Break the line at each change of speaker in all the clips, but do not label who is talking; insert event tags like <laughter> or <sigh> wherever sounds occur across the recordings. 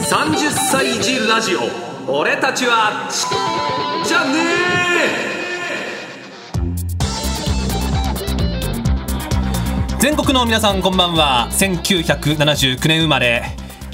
30歳児ラジオ俺たちはちっちゃねえ全国の皆さんこんばんは1979年生まれ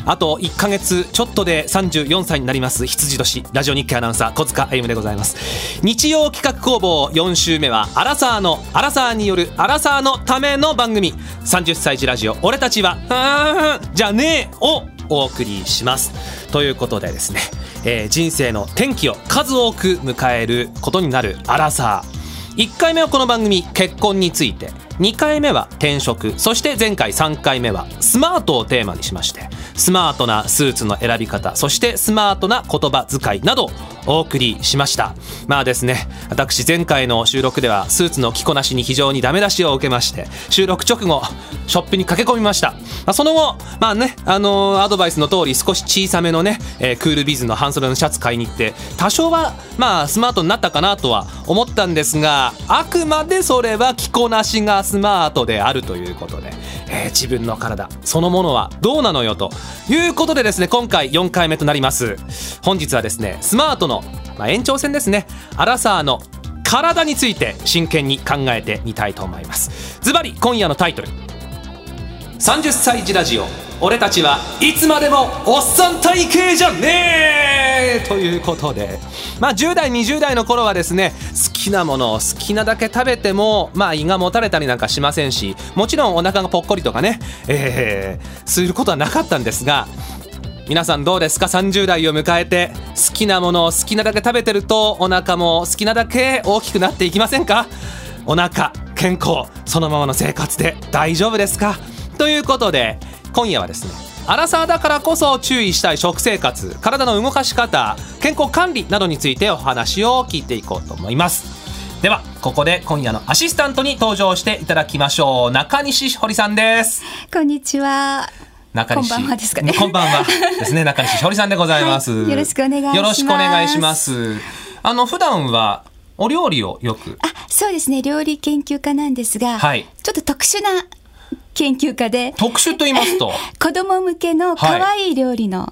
あと1か月ちょっとで34歳になります羊年ラジオ日経アナウンサー小塚歩でございます日曜企画工房4週目はアラサーのアラサーによるアラサーのための番組30歳児ラジオ俺たちはあーじゃねえをお送りしますということでですね、えー人生の転機を数多く迎えることになるアラサー1回目はこの番組結婚について2回目は転職そして前回3回目はスマートをテーマにしましてスマートなスーツの選び方そしてスマートな言葉遣いなどお送りしましたまあですね私前回の収録ではスーツの着こなしに非常にダメ出しを受けまして収録直後ショップに駆け込みました、まあ、その後まあねあのーアドバイスの通り少し小さめのね、えークールビズの半袖のシャツ買いに行って多少はまあスマートになったかなとは思ったんですがあくまでそれは着こなしがスマートであるということで、えー自分の体そのものはどうなのよということでですね今回4回目となります本日はですねスマートの、まあ、延長戦ですねアラサーの体について真剣に考えてみたいと思いますズバリ今夜のタイトル30歳児ラジオ俺たちはいつまでもおっさん体型じゃねえということでまあ10代20代の頃はですね好きなものを好きなだけ食べてもまあ胃がもたれたりなんかしませんしもちろんお腹がぽっこりとかねえー、することはなかったんですが皆さんどうですか30代を迎えて好きなものを好きなだけ食べてるとお腹も好きなだけ大きくなっていきませんかお腹健康そのままの生活で大丈夫ですかということで今夜はですねアラサーだからこそ注意したい食生活体の動かし方健康管理などについてお話を聞いていこうと思いますではここで今夜のアシスタントに登場していただきましょう中西堀さんです
こんにちは。
中西
こんばんはですかね
こんばんはです
<laughs>
ね。中西しほりさんでございます、
はいよろしくお願いします
よろしくお願いします。あの普段はお料理をよく。
あ、そうですね。料理研究家なんですが、
はい
ちょっと特殊な研究家で、
特集と言います
<laughs>
と、
子供向けの可愛い料理の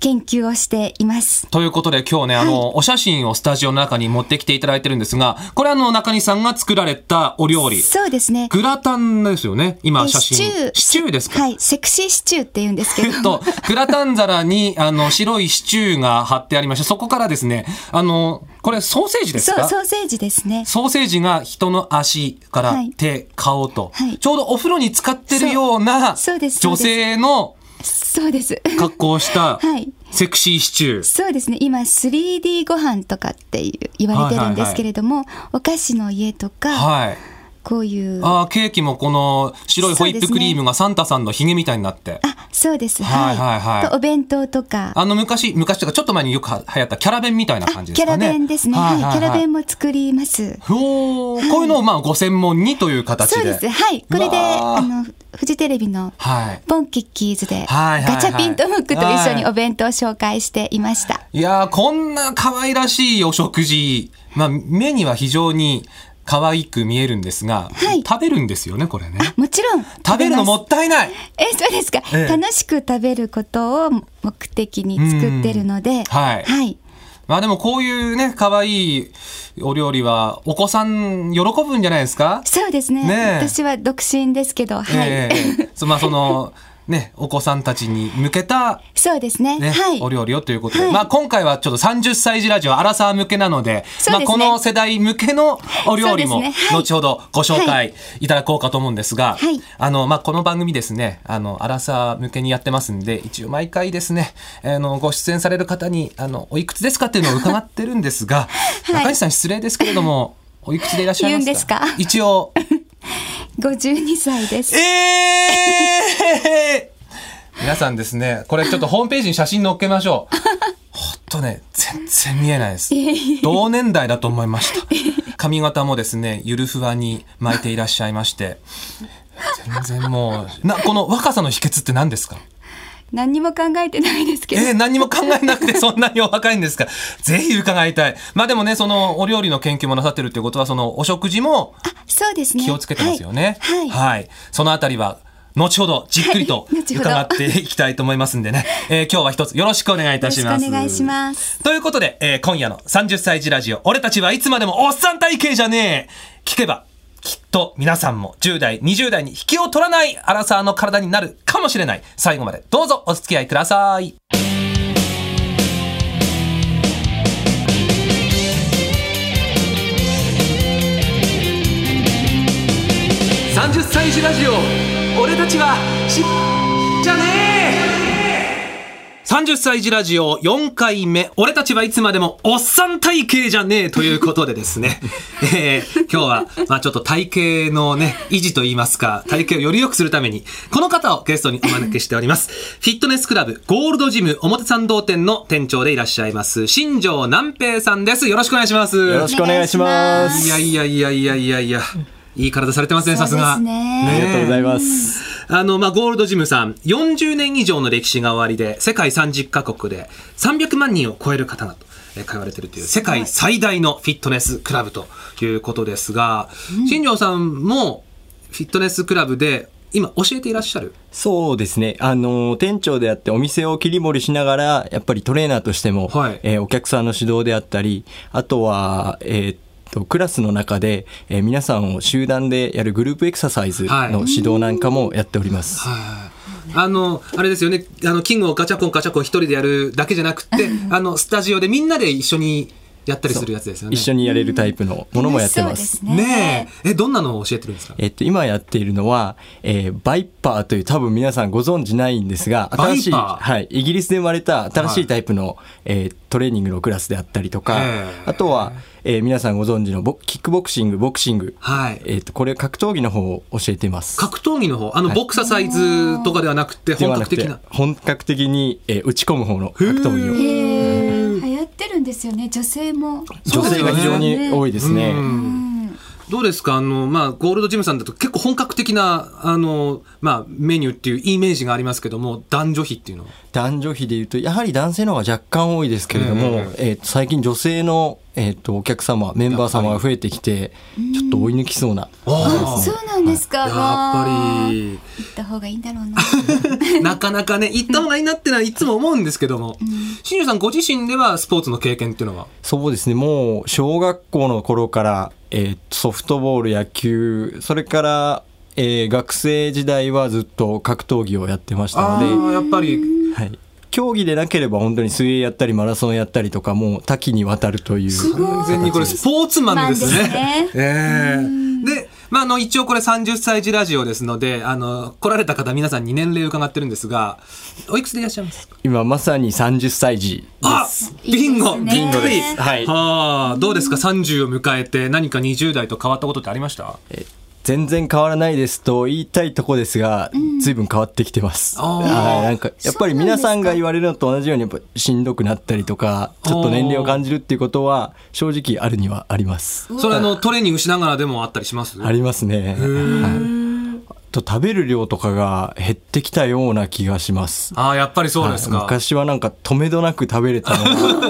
研究をしています。
ということで今日ね、あの、お写真をスタジオの中に持ってきていただいてるんですが、これあの中西さんが作られたお料理。
そうですね。
グラタンですよね。今
え
写真。
シチュー
シチューですか、
はい、セクシーシチューって言うんですけど
えっ <laughs> と、グラタン皿に、あの、白いシチューが貼ってありまして、そこからですね、あの、これソーセージです
そ
か
う、ソーセージですね。
ソーセージが人の足から
はい
手、顔と、
はい
ちょうどお風呂に使ってるような
そうそうです
女性の
そうです。
格好をした
<laughs> はい
セクシーシチュー。
そうですね今 3D ご飯とかっていう言われてるんですけれども、お菓子の家とか、
はい。
こういう
あーケーキもこの白いホイップクリームがサンタさんのひげみたいになって。
あそうです
はいはいはい
とお弁当とか
あの昔、昔というかちょっと前によくは流行ったキャラ弁みたいな感じです
キャ
か
ラ
ね。
弁ですね、はいキャラ弁も作ります
ほーこういうのをまあご専門にという形で。
そうですはいこれ
う
で
わー
あのフジテレビの
はい。
ポンキッキーズで
はいはいはい
ガチャピンとムックと一緒
はい
にお弁当を紹介していました、
いやー、こんな可愛らしいお食事、まあ、目には非常に可愛く見えるんですが、
はい
食べるんですよね、これね。
あもちろん
食べるのも
ます
ったいない
えそうですか、
ええ
楽しく食べることを目的に作ってるので
はい
はい、
まあでもこういうね、可愛いお料理は、お子さん喜ぶんじゃないですか
そうですね
ねえ
私は独身ですけどはい、
ええそまあその、ね、お子さんたちに向けた、
<laughs> そうですね
ね
はい
お料理をということで、
はい
まあ今回はちょっと30歳児ラジオアラサー向けなので、
そうです
まあ
ね
この世代向けのお料理
そ
も
うですねはい
後ほどご紹介いただこうかと思うんですが、
はい
あのまあこの番組ですね、あのアラサー向けにやってますんで、一応毎回ですね、あのご出演される方にあのおいくつですかっていうのを伺ってるんです
<laughs>
が、
い
中西さん失礼ですけれども、おいくつでいらっしゃいますか。
言うんですか
一応。
52歳です
えー、皆さんですね、これちょっとホームページに写真載っけましょう。ほんとね、全然見えないです。同年代だと思いました。髪型もですね、ゆるふわに巻いていらっしゃいまして。全然もう、な、この若さの秘訣って何ですか
何にも考えてないですけど、
えー、何にも考えなくてそんなにお若いんですかぜひ伺いたい。まあでもね、そのお料理の研究もなさってるってことは、そのお食事も
あそうですね
気をつけてますよね。
はい、はい
そのあたりは、
後ほどじっくりと
はい後ほど
伺っていきたいと思いますん
<laughs>
でね、えー今日は一つよろしくお願いいたします。
お願いします。
ということで、えー今夜の30歳児ラジオ、俺たちはいつまでもおっさん体型じゃねえ聞けば、きっと皆さんも10代、20代に引きを取らないアラサーの体になるかもしれない。最後までどうぞお付き合いください。30歳児ラジオ、俺たちはし、じゃねえ30歳児ラジオ4回目、俺たちはいつまでもおっさん体型じゃねえということでです <laughs> ね、えー今日は、まあちょっと体型のね、維持といいますか、体型をより良くするために、この方をゲストにお招きしております。フィットネスクラブゴールドジム表参道店の店長でいらっしゃいます、新庄南平さんです。よろしくお願いします。
よろしくお願いしま
い
す。
やいやいやいやいやいや、いい体されてますね、さすが。
そうです
あ
ね
りがとうございます。
あの、まあ、ゴールドジムさん、40年以上の歴史が終わりで、世界30カ国で300万人を超える方だと。えー通われてるという世界最大のフィットネスクラブということですが、新庄さんもフィットネスクラブで今教えていらっしゃる
そうですね。あの、店長であってお店を切り盛りしながら、やっぱりトレーナーとしても、
はい
えーお客さんの指導であったり、あとは、えーっと、クラスの中で、えー皆さんを集団でやるグループエクササイズの指導なんかもやっております。
あの、あれですよね、あの、キングをガチャコンガチャコン一人でやるだけじゃなくて、あの、スタジオでみんなで一緒にやったりするやつですよね。
一緒にやれるタイプのものもやってま
楽し
す。
そうですね
ねえ、え、どんなのを教えてるんですか
えっと、今やっているのは、えーバイパーという多分皆さんご存知ないんですが、新しい、
バイパー
はい、イギリスで生まれた新しいタイプの、えートレーニングのクラスであったりとか
へー、
あとは、えー皆さんご存知のボキックボクシング、ボクシング、
はい。
えっと、これ格闘技の方を教えています。
格闘技の方、あの、
はい
ボクササイズとかではなくて、
で
本
はな
格
くて
的な。
本格的に、えー打ち込む方の格闘技を。
へえ流行ってるんですよね女性も
女性が非常に多いですね。
うん
どうですかあの、まあ、ゴールドジムさんだと結構本格的な、あの、まあ、メニューっていうイメージがありますけども、男女比っていうのは。
男女比でいうとやはり男性の方が若干多いですけれども、
うんうんうん
えーと最近女性の、えー、とお客様メンバー様が増えてきてちょっと追い抜きそうな
あそうなんですか
やっぱ
行
り、
った方がいいんだろ
<laughs>
うな <laughs>
なかなかね、行った方がいいなってのはいつも思うんですけども、新庄さんご自身ではスポーツの経験っていうのは
そうですねもう小学校の頃から、えーとソフトボール野球それから、えー学生時代はずっと格闘技をやってました
あ
の
あ、やっぱり、
で、はい、競技でなければ本当に水泳やったりマラソンやったりとかもう多岐にわたるという
すごい
完全にこれスポーツマンです
マン
ね
で。す
ええで、まあ、あの、一応これ30歳児ラジオですので、あの、来られた方皆さんに年齢を伺ってるんですが、おいくつでいらっしゃいますか
今まさに30歳児
あビンゴ
いいです
び
ね
っくり
ビンゴです
はい
はあどうですか30を迎えて何か20代と変わったことってありました
全然変わらないですと言いたいとこですが、随分変わってきてます。
あー
はい、なんか、やっぱ
そうな
り
んで
皆
すか
さんが言われるのと同じように、やっぱしんどくなったりとか、ちょっと年齢を感じるっていうことは、正直あるにはあります。
それあのトレーニングしながらでもあったりします
ありますね。はいあと食べる量とかが減ってきたような気がします。
ああやっぱりそうです
はい
か、
昔はなんか止めどなく食べれた
<laughs>
のが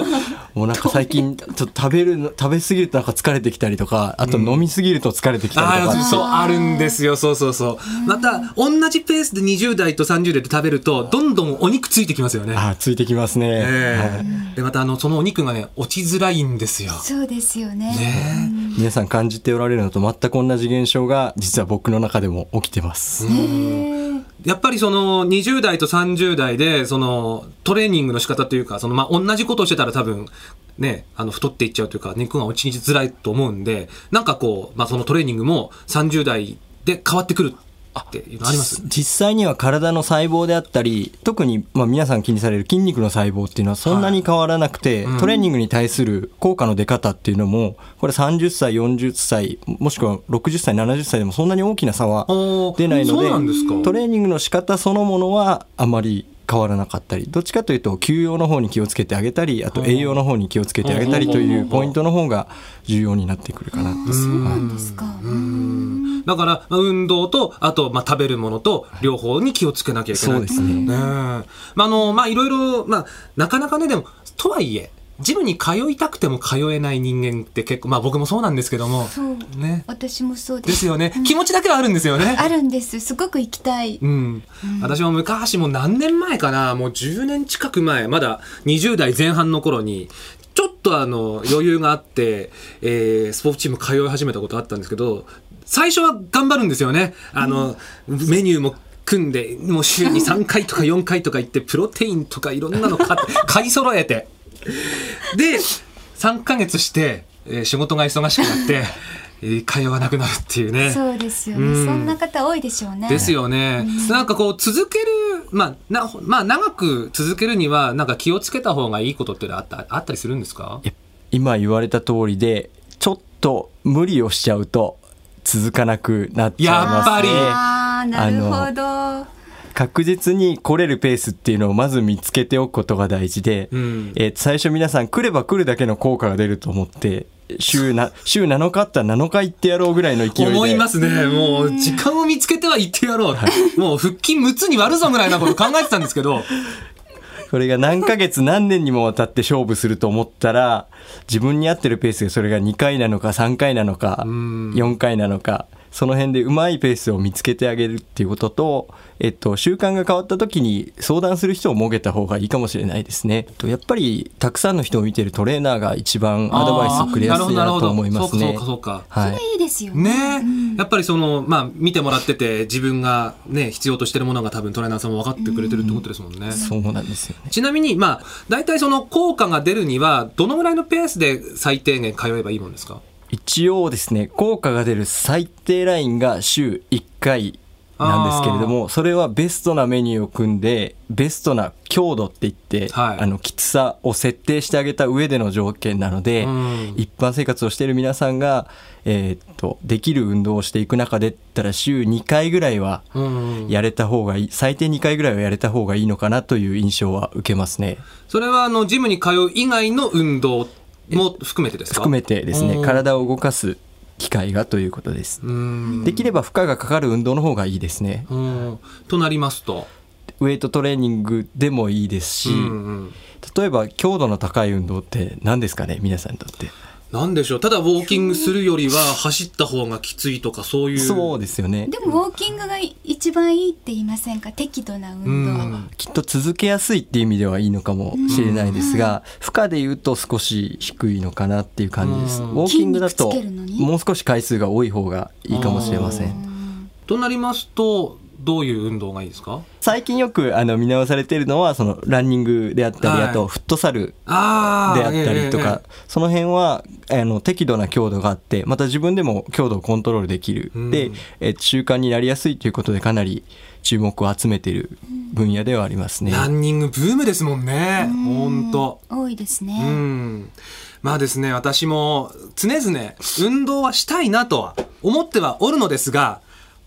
もうなんか最近ちょっと食べるの食べ過ぎるとなんか疲れてきたりとかあと飲み過ぎると疲れてきたりと
あ
か
あそうあるんですよそうそうそうまた同じペースで20代と30代で食べるとどんどんお肉ついてきますよね
あーついてきますね、はい
ええでまたあのそのお肉がね落ちづらいんですよ。
そうですよね
ね
皆さん感じておられるのと全く同じ現象が実は僕の中でも起きてま
へ
す、
え
やっぱりその20代と30代でそのトレーニングの仕方というかそのまあ同じことをしてたら多分ねあの太っていっちゃうというか肉が落ちづらいと思うんでなんかこうまあそのトレーニングも30代で変わってくるっていうのあります。
実際には体の細胞であったり特にまあ皆さん気にされる筋肉の細胞っていうのはそんなに変わらなくて、
うん
トレーニングに対する効果の出方っていうのもこれ30歳40歳もしくは60歳70歳でもそんなに大きな差は
おー
出ないの
そう
で
なんですか。
トレーニングの仕方そのものはあまり変わらなかったりどっちかというと休養の方に気をつけてあげたりあと栄養の方に気をつけてあげたりというポイントの方が重要になってくるかな
あそうなんですか
うんだからまあ運動とあとまあ食べるものと両方に気をつけなきゃいけない。
そうですね
ねえまあ、あの、まあ、いろいろ、まあ、なかなかね、でも、とはいえ、ジムに通いたくても通えない人間って結構、まあ僕もそうなんですけども、
そう
ね。
私もそうで
ですすよね。気持ちだけはあるんですよね。
あるんですすごく行きたい
うん、私も昔もう何年前かなもう10年近く前まだ20代前半の頃にちょっとあの余裕があって、えースポーツチーム通い始めたことあったんですけど最初は頑張るんですよねあの、メニューも組んでもう週に3回とか4回とか行ってプロテインとかいろんなの買って <laughs> 買い揃えてで3ヶ月して、えー仕事が忙しくなって、えー通わなくなるっていうね。
そうですよ
う
ね
ん
そんな方多いでしょうね
ですよね。なんかこう続ける、まあ、な、まあ長く続けるには、なんか気をつけた方がいいことっていうのはあった、あったりするんですか
や今言われた通りでちょっと無理をしちゃうと続かなくなっちゃい
やっぱ
ます
り
ね
ああなるほど
確実に来れるペースっていうのをまず見つけておくことが大事で、
うん
えー最初皆さん来れば来るだけの効果が出ると思って週な週7日あったら7日行ってやろうぐらいの勢いで
思いますね。もう、時間を見つけては行ってやろ
<laughs>
う。もう、腹筋6つに割るぞぐらいなこと考えてたんですけど、
それが何ヶ月何年にもわたって勝負すると思ったら自分に合ってるペースでそれが2回なのか3回なのか
ん
4回なのかその辺でうまいペースを見つけてあげるっていうことと、えっと、習慣が変わった時に相談する人を設けた方がいいかもしれないですね。とやっぱりたくさんの人を見てるトレーナーが一番 <laughs> アドバイスをくれやすいなと思い
あ
ます
ーな
ね
るほどなるほど。そうか、そうか、そうか。
はい
それいいですよね
ねやっぱりその、まあ、見てもらってて、自分がね、必要としてるものが多分トレーナーさんも分かってくれてるってことですもんね。
そうなんですよね。
ちなみに、まあ、大体その効果が出るには、どのぐらいのペースで最低限通えばいいもんですか
一応ですね効果が出る最低ラインが週1回なんですけれどもそれはベストなメニューを組んでベストな強度って言って、
はい
あのきつさを設定してあげた上での条件なので、
うん
一般生活をしている皆さんが、えーっとできる運動をしていく中でったら週2回ぐらいは
うん、
やれた方がいい最低2回ぐらいはやれた方がいいのかなという印象は受けますね。
それはあのジムに通う以外の運動も含めてですか
含めてです
う
ね
ん
体を動かす機会がということです。
うん
できれば負荷がかかる運動の方がいいですね。
うんとなりますと、
ウェイトトレーニングでもいいですし、
うんうん
例えば強度の高い運動って何ですかね、皆さんにとって。
なんでしょうただウォーキングするよりは走った方がきついとかそういう
そうですよね。
でもウォーキングがい一番いいって言いませんか適度な運動、
うん
きっと続けやすいっていう意味ではいいのかもしれないですが、負荷で言うと少し低いのかなっていう感じです。
うん
ウォーキングだと
筋肉つけるのに
もう少し回数が多い方がいいかもしれませ。
うんとなりますとどういう運動がいいですか
最近よくあの見直されているのはそのランニングであったり、
はい
あとフットサル
あー
であったりと
えええ
か、その辺はあの適度な強度があってまた自分でも強度をコントロールできる、
うん
でえ習慣になりやすいということでかなり注目を集めている分野ではあります
えええ
ね。
ランニングブームですもんね本当。
多いですね、
うん。まあですね、私も常々運動はしたいなとは思ってはおるのですが、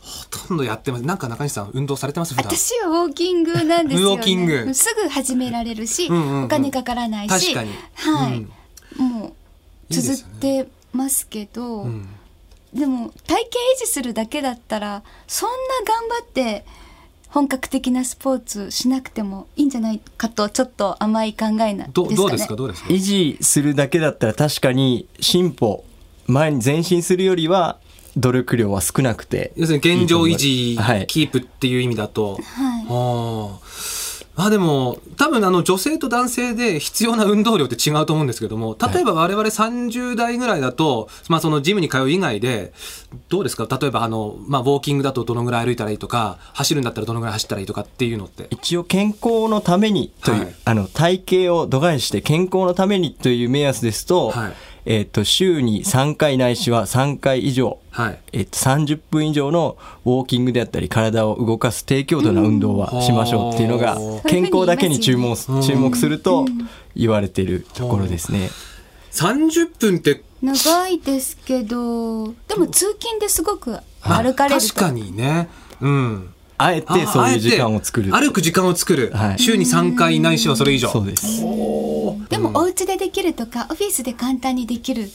ほとんどやってます。なんか中西さん運動されてます普段。
私はウォーキングなんですよ、ね、
ウォーキング
すぐ始められるし、
うんうんうん
お金かからない
確
し
かに
はい、もう
いいですよね
続ってますけど
うん
でも体型維持するだけだったらそんな頑張って本格的なスポーツしなくてもいいんじゃないかとちょっと甘い考えなんですか
ど
ね。
どうですかどうですか
維持するだけだったら確かに進歩前に前進するよりは努力量は少なくて
要するに現状維持、
はい
キープっていう意味だと。
はい、
あーまあでも多分あの女性と男性で必要な運動量って違うと思うんですけども例えば我々30代ぐらいだと、まあ、そのジムに通う以外でどうですか例えばあの、まあ、ウォーキングだとどのぐらい歩いたらいいとか走るんだったらどのぐらい走ったらいいとかっていうのって。
一応健康のためにとい
は
う、
い
あの体型を度外視して健康のためにという目安ですと,、
はい
えっと週に3回ないしは3回以上、
はい
えっと30分以上のウォーキングであったり体を動かす低強度な運動はしましょうっていうのが
うん
健康だけに注目す
うん
注目すると言われてるところですね。
30分って
長いですけどでも通勤ですごく歩かれると
確かにねうん
あえてそういう時間を作る
あえて歩く時間を作る、
はい
週に3回ないしはそれ以上
そうです
でもお家でできるとかオフィスで簡単にできる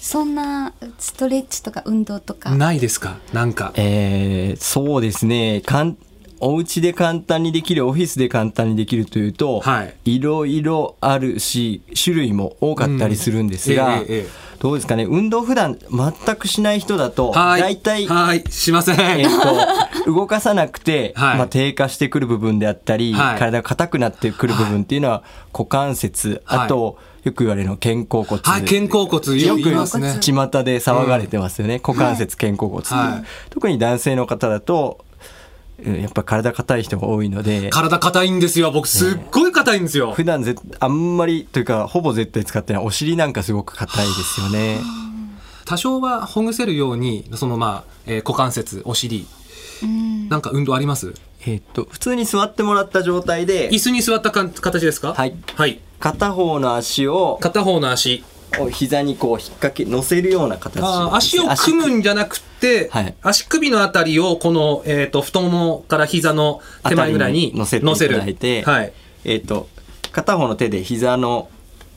そんなストレッチとか運動とか
ないですかなんか
えーそうですねかんお家で簡単にできるオフィスで簡単にできるというと、
はい
いろいろあるし種類も多かったりするんですが、
うんええええ
どうですかね運動普段全くしない人だと
はい。
大体、
はい。しません。<laughs>
えっと動かさなくて、
はい
まあ、低下してくる部分であったり、
はい
体が硬くなってくる部分っていうのは股関節、
はい
あとよく言われるの肩甲骨、
はい。肩甲骨よ
よ
く
く
言い
巷
ますね。
で騒がれてますよね、股関節肩甲骨っていう、
はい
特に男性の方だとうんやっぱ体硬い人が多いので
体硬いんですよ。僕すっごい硬いんですよ。
普段ぜあんまりというかほぼ絶対使ってないお尻なんかすごく硬いですよね
多少はほぐせるように、そのまあ、えー股関節、お尻、
うん
なんか運動あります
えっと普通に座ってもらった状態で
椅子に座ったかん形ですか
はい
はい。
片方の足を
片方の足。
を膝にこう引っ掛け乗せるような形
あー足を組むんじゃなくて、
はい
足首のあたりをこの、えー、と太ももから膝の手前ぐらいに乗
乗
せ
せ
る
ていただいて、
はい、
えっ、と片方の手で膝の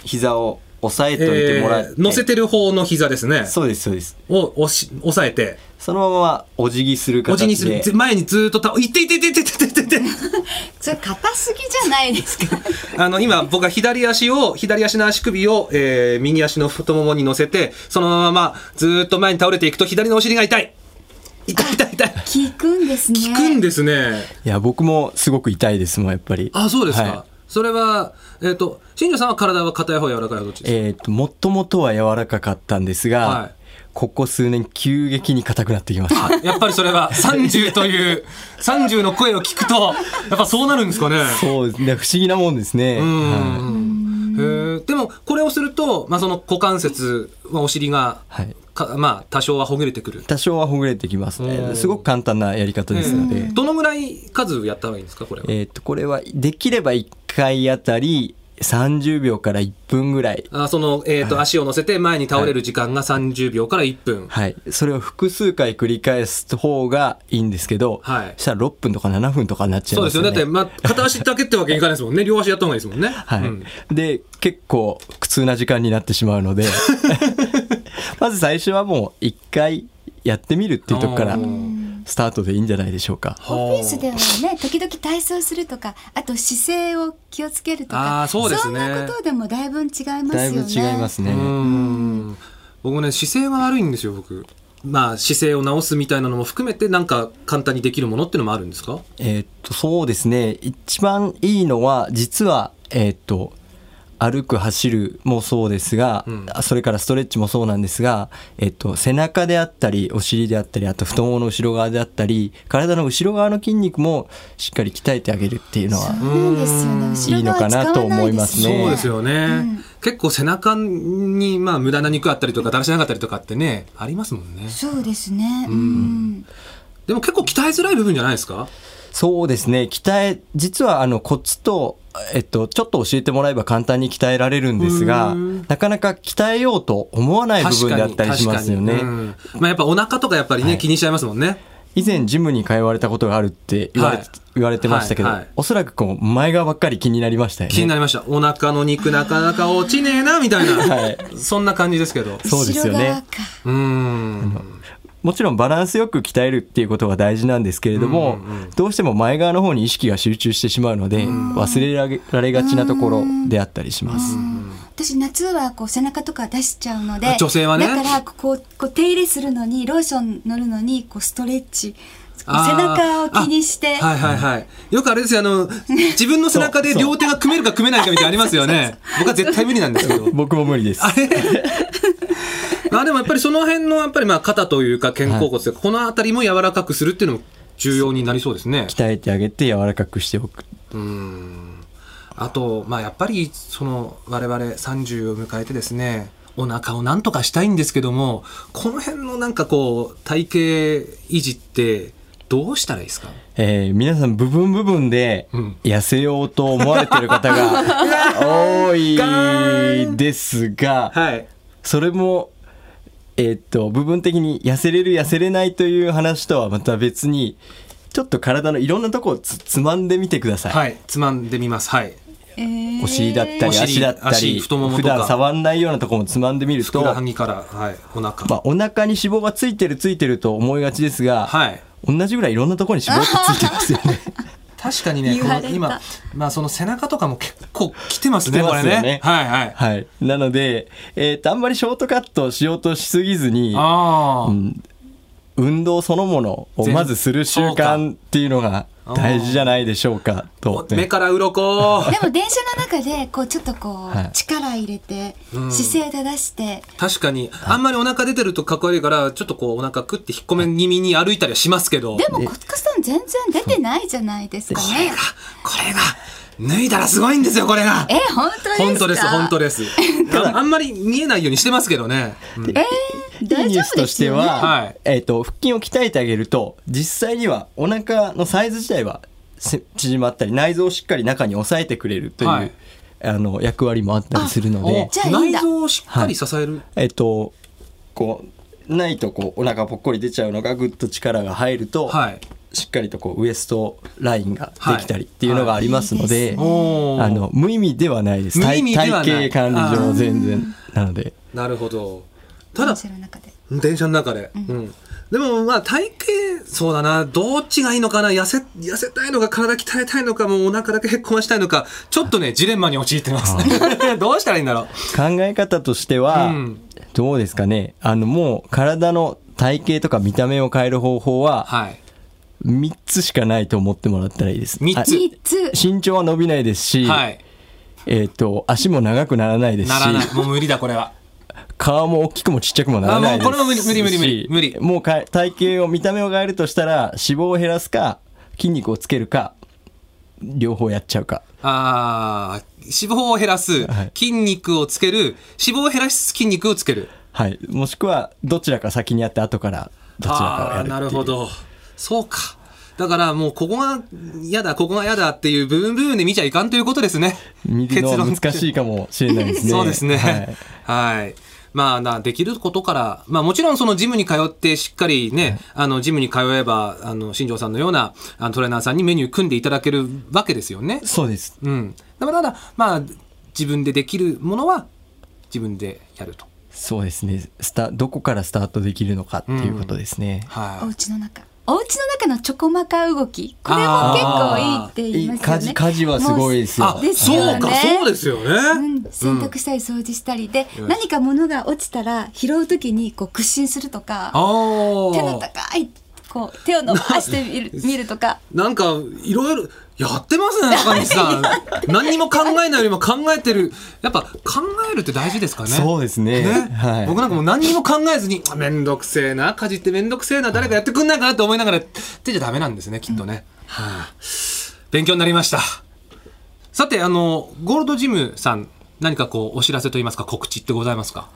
膝を押さえ
え
ておいてもらって、
ー乗せてる方の膝ですね
そうですそうです
を押し押さえて
そのままお辞儀する形で
おじにするぜ前にずーっと倒いていていていていていていて
それ硬すぎじゃないですか
あの今僕が左足を左足の足首を、えー右足の太ももに乗せてそのままずーっと前に倒れていくと左のお尻が痛い痛い痛い痛い
効くんですね
<laughs> 効くんですね
いや僕もすごく痛いですもんやっぱり
あ、そうですか。
はい
それは、えっ、と、新庄さんは体は硬い方、柔らかい方、どっちですか
えっ、ともともとは柔らかかったんですが、
はい
ここ数年急激に硬くなってきました
やっぱりそれは30という、30の声を聞くと、やっぱそうなるんですかね。
そうですね不思議なもんですね、
うん
は
へーでも、これをすると、まあ、その股関節、まあ、お尻が、
いはい、
かまあ、多少はほぐれてくる。
多少はほぐれてきます
うん
ねすごく簡単なやり方ですので、
えーどのぐらい数やった方がいいんですか、これは。
えっ、とこれはできれば1回あたり30秒から1分ぐらい
あその、えっ、と、足を乗せて前に倒れる時間が30秒から1分。
はい、それを複数回繰り返す方がいいんですけど、
はい
そしたら6分とか7分とかになっちゃ
そう
いま
ですす
よ
よ。
ね。
だって、まあ、片足だけってわけにいかないですもんね。両足やった方がいいですもんね。
<laughs> はい
うん
で結構苦痛な時間になってしまうので <laughs> まず最初はもう1回やってみるっていうとこから
うん
スタートでいいんじゃないでしょうか。
オフィスではね時々体操するとかあと姿勢を気をつけるとか
あーそうですね
そんなことでもだいぶん違いますよね
だいぶ違いますね。
うん僕ね姿勢が悪いんですよ僕まあ姿勢を直すみたいなのも含めてなんか簡単にできるものってのもあるんですか
えーっとそうですね一番いいのは実はえーっと歩く走るもそうですが、
うん
それからストレッチもそうなんですが、えーっと背中であったりお尻であったりあと太ももの後ろ側であったり体の後ろ側の筋肉もしっかり鍛えてあげるっていうのは
そうなんですよね後ろ側は使わない
いいのかなと思いますね
そうですよね、
うん
結構背中にまあ無駄な肉あったりとかだらしなかったりとかってねありますもんね
そうですねうん
でも結構鍛えづらい部分じゃないですか
そうですね鍛え実はあのコツと、えっと、ちょっと教えてもらえば簡単に鍛えられるんです
う
が
ん
なかなか鍛えようと思わない部
確
分
か
であっ
に
たりしますよね。
確かにうんまあやっぱお腹とかやっぱりね、
はい
気にしちゃいますもんね
以前ジムに通われたことがあるって言われ,、
はい
言われてましたけど、
はいはい
おそらくこう前側ばっかり気になりましたよね。
気になりました、お腹の肉なかなか落ちねえなみたいな、
<laughs> はい
そんな感じですけど
そうですよね
後ろ側か
うん
もちろんバランスよく鍛えるっていうことが大事なんですけれども、
うんうんうん
どうしても前側の方に意識が集中してしまうので、忘れられられがちなところであったりします。
私夏はこう背中とか出しちゃうので
あ女性はね
だからこここう手入れするのにローション塗るのにこうストレッチこう背
あー
中を気にして
あはいはいはい。よくあれですよ、あの、自分の背中で両手が組めるか組めないかみたいなのありますよね。僕は絶対無理なんです
<laughs>
けど。
僕も無理です。
あれあでもやっぱりその辺の、やっぱりまあ肩というか肩甲骨というか、この辺りも柔らかくするっていうのも重要になりそうですね。
鍛えてあげて柔らかくしておく。
うん。あと、まあやっぱり、その、我々30を迎えてですね、お腹をなんとかしたいんですけども、この辺のなんかこう、体型維持って、どうしたらいいですか
えー皆さん部分部分で
うん
痩せようと思われてる
<laughs>
方が多いですが、
はい。
それも、えーっと、部分的に痩せれる痩せれないという話とはまた別に、ちょっと体のいろんなとこをつつまんでみてください。
はい、つまんでみます。はい。
えー
お尻だった
お
り
尻
足だった
足
り、
太ももと
普
か
段触んないようなとこもつまんでみる
ふ
と、
くらは
ま
ぎから、はい、お腹。
あ、お腹に脂肪がついてるついてると思いがちですが、
はい。
同じぐらいいろんなところに絞ってついてますよね。
確かにね、
言
こ
われ
の
た
今、まあその背中とかも結構来てますね、
来て
こ
ま
れ
すよね
ね。はいはい。
はい。なので、えっと、あんまりショートカットしようとしすぎずに、
ああ、
うん運動そのものを
全
まずする習慣っていうのが大事じゃないでしょうかと、ね
目から <laughs> 鱗
でも電車の中でこうちょっとこ
<laughs>
はいう
力入れて
うん
姿勢正して
確かに、あんまりお腹出てるとかっこ悪いから、ちょっとこうお腹くって引っ込め気味に歩いたりはしますけど。
でも小塚さん全然出てないじゃないですかね
これが、脱いだらすごいんですよ、これが。
え本当ですか
本当です、本当
<laughs> で
です。ああんまり見えないようにしてますけどね。うん
えー
いい
大
ニ
丈
ュ
夫
ースと
で
し
す
て
よ、
は、
ね、
はい
えっと腹筋を鍛えてあげると実際にはお腹のサイズ自体はせ縮まったり内臓をしっかり中に抑えてくれるという、
はい
あの役割もあったりするの
お
で、
じゃあいいん
内
だ
臓をしっかり支える。
えっとこうないとこうお腹ぽっこり出ちゃうのがぐっと力が入ると、
はい。
しっかりとこうウエストラインができたりっていうのがありますので。
はい
おー
あの無意味ではないです
無
体
意味ではない
体型管理上全然なので
なるほど。ただ
電、車の中で
電車の中で。うん。でもまあ体型、そうだな、どっちがいいのかな、痩せ、痩せたいのか、体鍛えたいのか、もうお腹だけへっこましたいのか、ちょっとね、ジレンマに陥ってます。 <laughs> どうしたらいいんだろう。
考え方としては、
うん
どうですかねあのもう体の体型とか見た目を変える方法は
はい。
3つしかないと思ってもらったらいいです
三つ
あ
3つ
身長は伸びないですし、
はい。
えっと足も長くならないです
ならない。
し
もう無理だ、これは。
顔も大きくもちっちゃくもならないですし
あもうこれも無理無理無理無理無理
もうか体型を見た目を変えるとしたら脂肪を減らすか筋肉をつけるか両方やっちゃうか
あー脂肪を減らす
はい、
筋肉をつける、脂肪を減らす筋肉をつける。
はい、もしくはどちらか先にやって後からどちらかをや
あー
るっていう
なるほどそうかだからもうここが嫌だここが嫌だっていう部分部分で見ちゃいかんということですね
見るのは難しいかもしれないです
<laughs>
ね
そうですね。
は
はいい。まあな、できることから、まあもちろんそのジムに通ってしっかりね、あの、ジムに通えば、あの、新庄さんのようなあのトレーナーさんにメニュー組んでいただけるわけですよね。
そうです
うん。だからただ、まあ、自分でできるものは自分でやると。
そうですねスタどこからスタートできるのかっていうことですね、
はい。
お家の中お家の中のちょこまか動きこれも結構いいって言いますよね
家事家事はすごいですよ
あ、
です
そ
よ
う
ね
か、そうですよね。
うん、洗濯したり掃除したりで、
うん
何か物が落ちたら拾うときにこう屈伸するとか
ああ。
手の高いこう手を伸ばしてみる見るとか
なんか、いろいろ、やってますね、中西さん。何にも考えないよりも考えてる。やっぱ、考えるって大事ですかね。
そうですね
ね
はい
僕なんかもう何にも考えずに、あめんどくせえな、家事ってめんどくせえな、誰かやってくんないかなって思いながら、ってじゃダメなんですね、きっとね。はあ、勉強になりました。さて、あの、ゴールドジムさん、何かこう、お知らせといいますか、告知ってございますか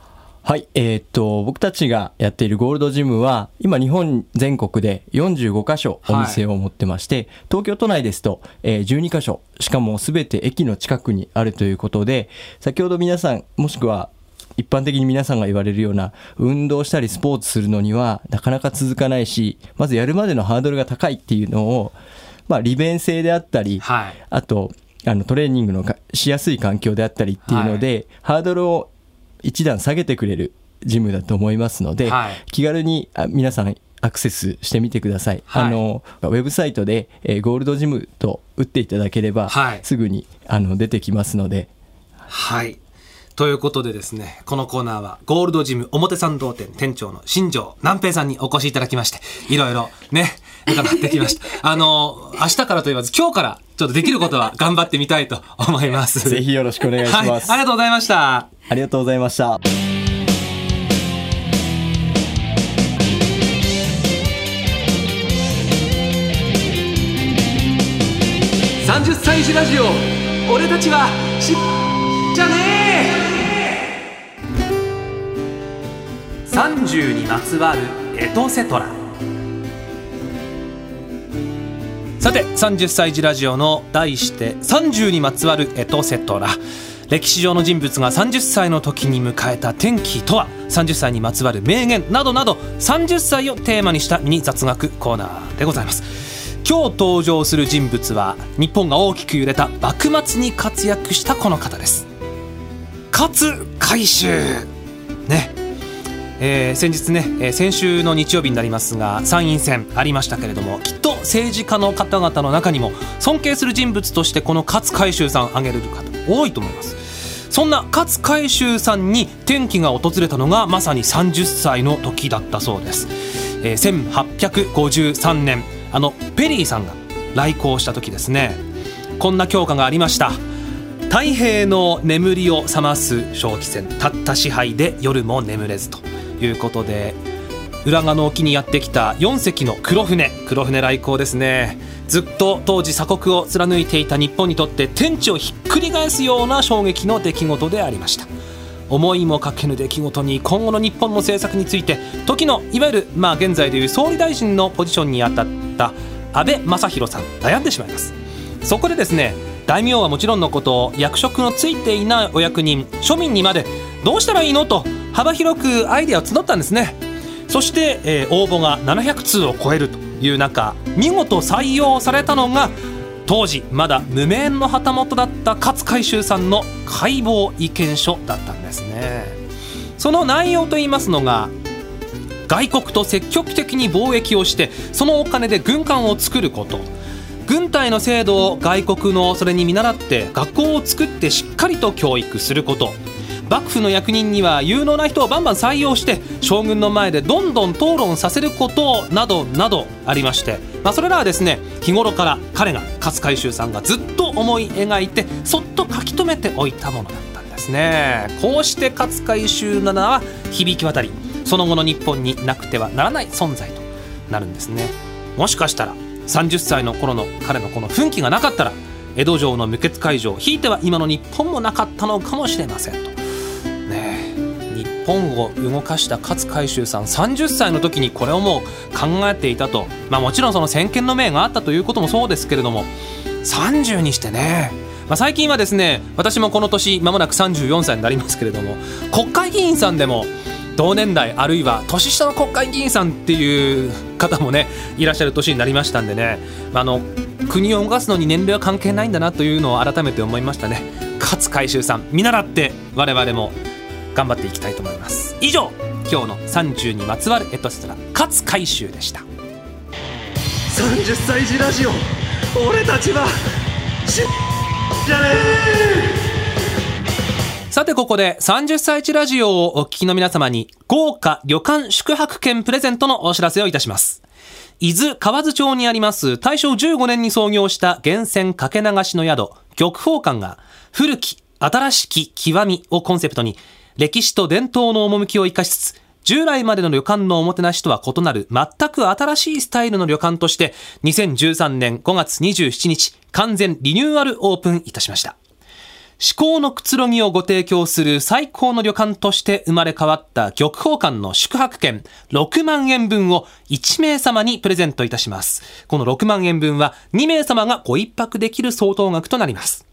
はい、えーっと、僕たちがやっているゴールドジムは、今日本全国で45カ所お店を持ってまして、東京都内ですと、えー12カ所、しかも全て駅の近くにあるということで、先ほど皆さん、もしくは一般的に皆さんが言われるような、運動したりスポーツするのにはなかなか続かないし、まずやるまでのハードルが高いっていうのを、まあ利便性であったり、
はい。
あとあのトレーニングのかしやすい環境であったりっていうので、ハードルを一段下げてくれるジムだと思いますので、
はい
気軽にあ皆さんアクセスしてみてください、
はい
あのウェブサイトで、えーゴールドジムと打っていただければ、
はい
すぐにあの出てきますので
はい。ということでですね、このコーナーはゴールドジム表参道店店長の新庄南平さんにお越しいただきまして、いろいろね、伺ってきました。 <laughs> あの、明日からと言わず今日からちょっとできること
<laughs>
は頑張ってみたいと思います。
ぜひよろしくお願いし
はい、あ
ま
り
す、
がとうございました。
ありがとうございました
30歳児ラジオ、俺たちはし、じゃねえ30にまつわるエトセトラさて30歳児ラジオの題して30にまつわるエトセトラ歴史上の人物が30歳の時に迎えた転機とは30歳にまつわる名言などなど30歳をテーマにしたミニ雑学コーナーでございます今日登場する人物は日本が大きく揺れた幕末に活躍したこの方です勝海舟ね、
えー先日ね、えー先週の日曜日になりますが参院選ありましたけれどもきっと政治家の方々の中にも尊敬する人物としてこの勝海舟さん挙げれる方多いと思いますそんな勝海舟さんに転機が訪れたのがまさに30歳の時だったそうです、えー1853年あのペリーさんが来航した時ですねこんな教科がありました太平の眠りを覚ます正気戦たった支配で夜も眠れずということで浦賀の沖にやってきた4隻の黒船黒船来航ですねずっと当時鎖国を貫いていた日本にとって天地をひっくり返すような衝撃の出来事でありました思いもかけぬ出来事に今後の日本の政策について時のいわゆるまあ現在でいう総理大臣のポジションに当たった安倍正弘さん悩んでしまいますそこでですね大名はもちろんのこと役職のついていないお役人庶民にまでどうしたらいいのと幅広くアイデアを募ったんですねそして、えー応募が700通を超えるという中見事採用されたのが当時まだ無名の旗本だった勝海舟さんの解剖意見書だったんですねその内容といいますのが外国と積極的に貿易をしてそのお金で軍艦を作ること軍隊の制度を外国のそれに見習って学校を作ってしっかりと教育すること幕府の役人には有能な人をバンバン採用して将軍の前でどんどん討論させることなどなどありまして、まあ、それらはですね日頃から彼が勝海舟さんがずっと思い描いてそっと書き留めておいたものだったんですねこうして勝海舟7は響き渡りその後の日本になくてはならない存在となるんですねもしかしたら30歳の頃の彼のこの奮起がなかったら江戸城の無血会場ひいては今の日本もなかったのかもしれませんとねえ日本を動かした勝海舟さん30歳の時にこれをもう考えていたと、まあ、もちろんその先見の明があったということもそうですけれども30にしてね、まあ、最近はですね私もこの年まもなく34歳になりますけれども国会議員さんでも同年代あるいは年下の国会議員さんっていう方もねいらっしゃる年になりましたんでねまああの国を動かすのに年齢は関係ないんだなというのを改めて思いましたね勝海舟さん見習って我々も頑張っていきたいと思います以上今日の30にまつわるエトセトラ勝海舟でした
30歳児ラジオ俺たちはしじゃね
さてここで30歳地ラジオをお聞きの皆様に豪華旅館宿泊券プレゼントのお知らせをいたします伊豆河津町にあります大正15年に創業した源泉かけ流しの宿玉宝館が古き新しき極みをコンセプトに歴史と伝統の趣を生かしつつ従来までの旅館のおもてなしとは異なる全く新しいスタイルの旅館として2013年5月27日完全リニューアルオープンいたしました至高のくつろぎをご提供する最高の旅館として生まれ変わった玉宝館の宿泊券6万円分を1名様にプレゼントいたします。この6万円分は2名様がご一泊できる相当額となります。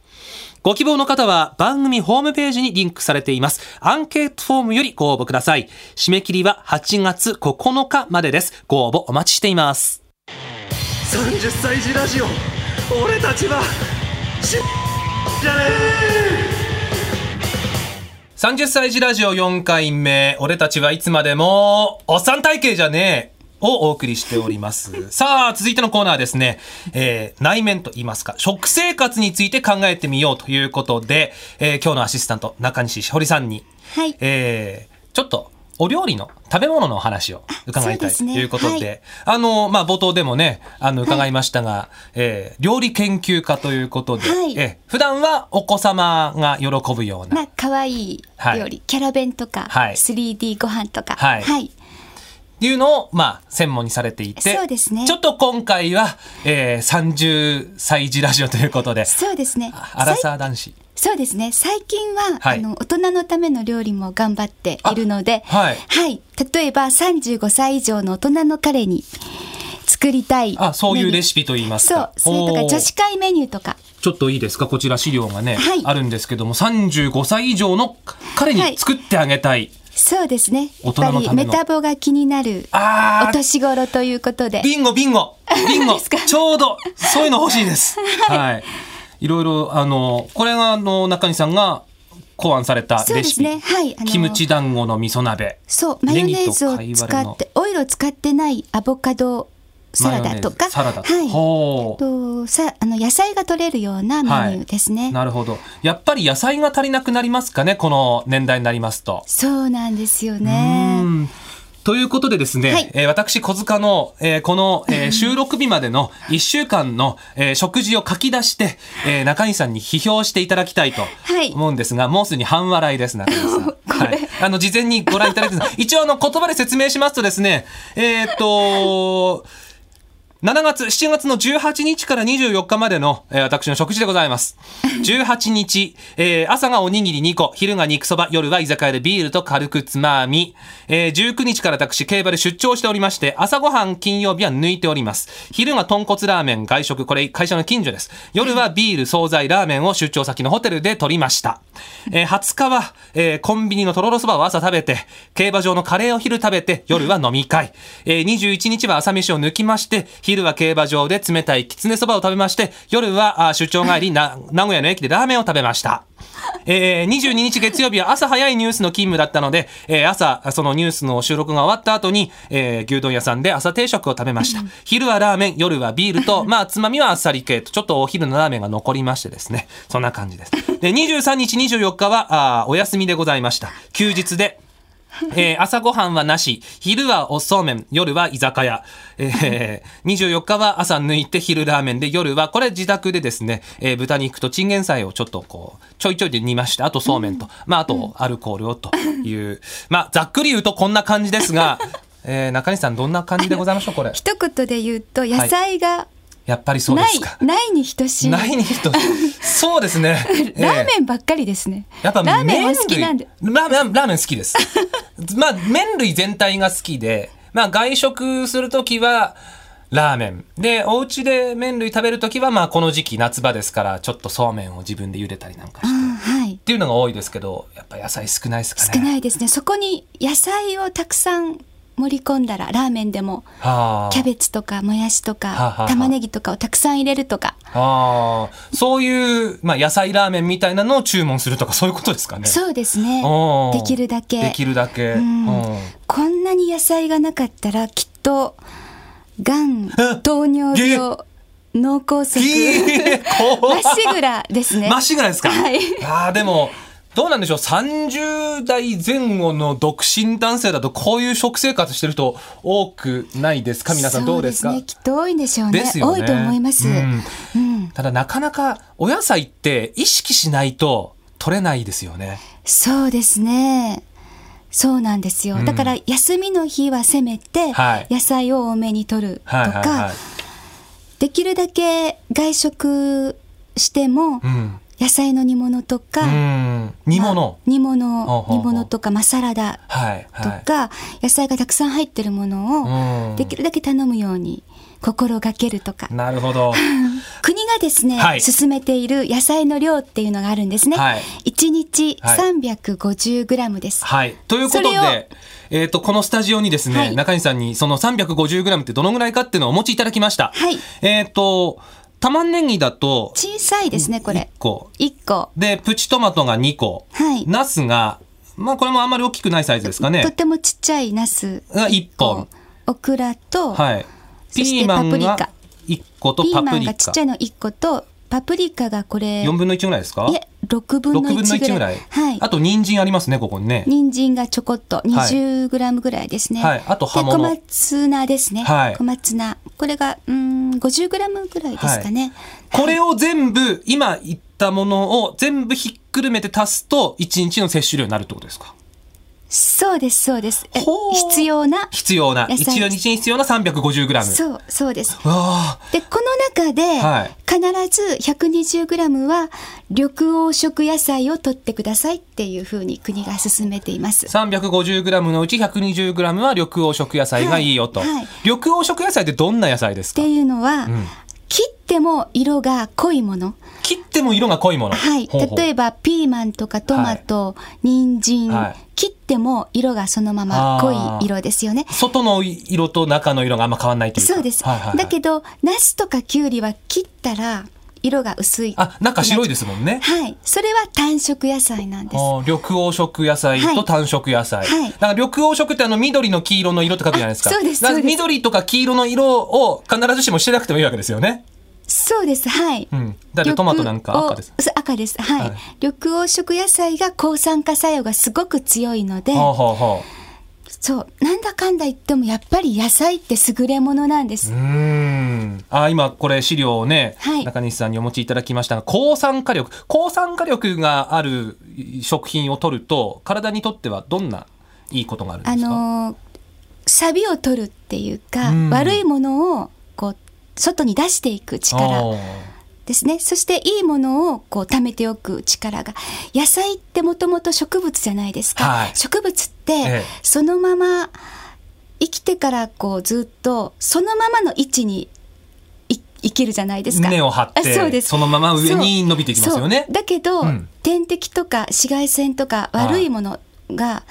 ご希望の方は番組ホームページにリンクされています。アンケートフォームよりご応募ください。締め切りは8月9日までです。ご応募お待ちしています。
30歳児ラジオ俺たちはしじゃね
30歳児ラジオ4回目、俺たちはいつまでも、おっさん体型じゃねえをお送りしており
<laughs>
ます。さあ、続いてのコーナーはですね、えー、内面と言いますか、食生活について考えてみようということで、えー今日のアシスタント、中西しほりさんに、
はい
えーちょっと、お料理の食べ物のお話を伺いたいと
あそうですね
いうことで、
はい
あの、まあ、冒頭でもね、あの、伺いましたが、えー料理研究家ということで、
はい
えー普段はお子様が喜ぶような、
まあ可愛い料理、
はい
キャラ弁とか、
はい
3D ご飯とか
はいっていうのを、まあ、専門にされていて。
そうですね
ちょっと今回は、えー、30歳児ラジオということで、
そうですね
アラサー男子。
そうですね最近は、
はい
あの大人のための料理も頑張っているので、
あはい
例えば35歳以上の大人の彼に作りたい
あ、そういうレ
シ
シピと言います
そう
か。
それとか
おー
女子会メニューとか
ちょっといいですかこちら資料がね、
はい
あるんですけども、35歳以上の彼
は
に
い
作ってあげたい。
そうですね
大
やっ
人の
ぱ
ための
りメタボが気になる
あ
お
ー、
年頃ということで
ビンゴビンゴビンゴ
ですか
ちょうどそうい
<laughs>
うの欲しいです。はい。いろいろ、あの、これが、あの、中西さんが
考案された
そう
レ
で
シ
す
ピ、
ねはいあの
キムチ団子の味噌鍋
そうマヨネーズを
ネギと
使
貝割れの
ってオイルを使ってないアボカドサラ
マヨ
ダ
ネーズ
とか
サラダとか、
はい
ほう
とさあの野菜が取れるようなメニューですね、
なるほどやっぱり野菜が足りなくなりますかねこの年代になりますと。
そうなんですよ
う
ね
んということでですね、
はい
えー私小塚の、えーこの、えー収録日までの1週間の、えー食事を書き出して、えー中西さんに批評していただきたいと
い
思うんですが、もうすでに半笑いです中西さん。はい、あの事前にご覧いただいて <laughs> ます一応あの言葉で説明しますとですねえーっと7月、7月の18日から24日までの、えー私の食事でございます。18日、えー朝がおにぎり2個、昼が肉そば、夜は居酒屋でビールと軽くつまみ、えー19日から私、競馬で出張しておりまして、朝ごはん金曜日は抜いております。昼が豚骨ラーメン、外食、これ会社の近所です。夜はビール、惣菜、ラーメンを出張先のホテルで取りました。えー20日は、えーコンビニのとろろそばを朝食べて、競馬場のカレーを昼食べて、夜は飲み会。えー21日は朝飯を抜きまして、昼は競馬場で冷たいきつねそばを食べまして、夜はあー出張帰りな、名古屋の駅でラーメンを食べました。えー22日月曜日は朝早いニュースの勤務だったので、えー朝、そのニュースの収録が終わった後に、えー牛丼屋さんで朝定食を食べました。昼はラーメン、夜はビールと、まあ、つまみはあっさり系と、ちょっとお昼のラーメンが残りましてですね。そんな感じです。で、23日、24日は、あーお休みでございました。休日で、 <laughs> えー朝ごはんはなし、昼はおそうめん、夜は居酒屋。えー、24日は朝抜いて昼ラーメンで、夜はこれ自宅でですね、えー豚肉とチンゲン菜をちょっとこう、ちょいちょいで煮まして、あとそうめんと、まああとアルコールをという、まあざっくり言うとこんな感じですが、えー中西さんどんな感じでございましょうこれ。
一言で言うと野菜が
やっぱりそうで
ない、
すか。
ないに等しい
ないにと、そうですね。
<laughs> ラー
えー
メンばっかりですね、
やっぱ
ラー
麺
メン
類
は好きなんで
ラーメンラーメン好きです
<laughs>
まあ麺類全体が好きでまあ外食する時はラーメンでお家で麺類食べる時はまあこの時期夏場ですからちょっとそうめんを自分で茹でたりなんかして、
あ
っ
はい
ていうのが多いですけどやっぱ野菜少ないですかね
少ないですねそこに野菜をたくさん盛り込んだらラーメンでも
はあ
キャベツとかもやしと
はあは
か
あ
玉ねぎとかをたくさん入れるとか
ああそういう、まあ、野菜ラーメンみたいなのを注文するとかそういうことですかね
そうですね
おー
できるだけ
できるだけ
うん
うん
こんなに野菜がなかったらきっとがん糖尿病脳梗塞
えー怖
ま
い
っしぐらですね
まっしぐらですか。
はい
ああ、でも、どうなんでしょう。30代前後の独身男性だと、こういう食生活してる人多くないですか皆さんどうですか
そうですねきっと多いんでしょうね
ですよね
多いと思います、
う
うんん
ただ、なかなかお野菜って意識しないと取れないですよね。
そうですねそうなんですよ、
ん
だから休みの日はせめて
はい
野菜を多めに取るとか、
はいはいはい。
できるだけ外食しても
うん。
野菜の煮物とか、
うん。煮
まあ
物。
煮
ほう
物
ほうほう
煮物とか、まあ、サラダ
はい
と
はい。
か、野菜がたくさん入ってるものを
うん
できるだけ頼むように心がけるとか、
なるほ
<laughs>
ど。
国がですね、
はい
進めている野菜の量っていうのがあるんですね、
はい
1日
はい
350g です、
はい。ということ
それを
で、えっ、と、このスタジオにですね、
はい
中西さんにその 350g ってどのぐらいかっていうのをお持ちいただきました。
はい
えっ、と、玉ねぎだと、
小さいですねこれ
1個。
1個
で、プチトマトが2個。
はい
ナスが、まあこれもあんまり大きくないサイズですか
と
ね。
てもちっちゃいナス
が1本。
オクラと、
はい。
そして
ピーマン
パ
が
プ
1個と
ピー
パ
マ
プ
ン
リ
が
カ。
ちっちゃいの1個とパプリカがこれ
4分の1ぐらいですか
いえ6分の
?6 分の
1ぐ
1
らい
ぐらい。
はい
あと、人参ありますね、ここにね。
人参がちょこっと 20g ぐらいですね、
はいあと葉物
で小松菜ですね、
はい
小松菜これがうーん 50g ぐらいですかね、
これを全部、今言ったものを全部ひっくるめて足すと、1日の摂取量になるってことですか
そうですそうですえ
ほう
必要な
必要な、
野
一
菜
日に必要な 350g。う
そうそうです
<laughs> わ
でこの中で
はい
必ず 120g は緑黄色野菜を取ってくださいっていうふうに国が進めています
ー 350g のうち 120g は緑黄色野菜がいいよと。
はいはい
緑黄色野菜ってどんな野菜です
っ
か
ていうのは、
ん
切っても色が濃いもの
切っても色が濃いもの。
はい
ほうほう
例えばピーマンとかトマト、人参、
はい
切っても色がそのまま濃い色ですよね
外の色と中の色があんま変わらないというか。
そうです、
はいはいはい
だけどナスとかキュウリは切ったら色が薄い
あ、中白いですもんね。
はいそれは単色野菜なんです
あー緑黄色野菜
は
と
い
単色野菜。
はい
だから緑黄色ってあの緑の黄色の色って書くじゃないですか。
あそうです
だから
そうです
緑とか黄色の色を必ずしもしてなくてもいいわけですよね。
そうですはい、
うん。だってトマトなんか赤です。
緑黄赤ですはい、
はい
緑黄色野菜が抗酸化作用がすごく強いので
はあはあはあ
そうなんだかんだ言ってもやっぱり野菜って優れものなんです、
うーん。あー今これ資料をね、
はい
中西さんにお持ちいただきましたが抗酸化力抗酸化力がある食品を取ると体にとってはどんないいことがあるんで
あ
すか、
のー錆を取るっていうか、
うん
悪いものをこう外に出していく力
あー
ですねそしていいものをこう貯めておく力が野菜ってもともと植物じゃないですか、
はい
植物って、
ええ
そのまま生きてからこうずっとそのままの位置にい生きるじゃないですか
根を張って
あそうです
そのまま上に伸びていきますよね
そうだけど、
うん
天敵とか紫外線とか悪いものがあ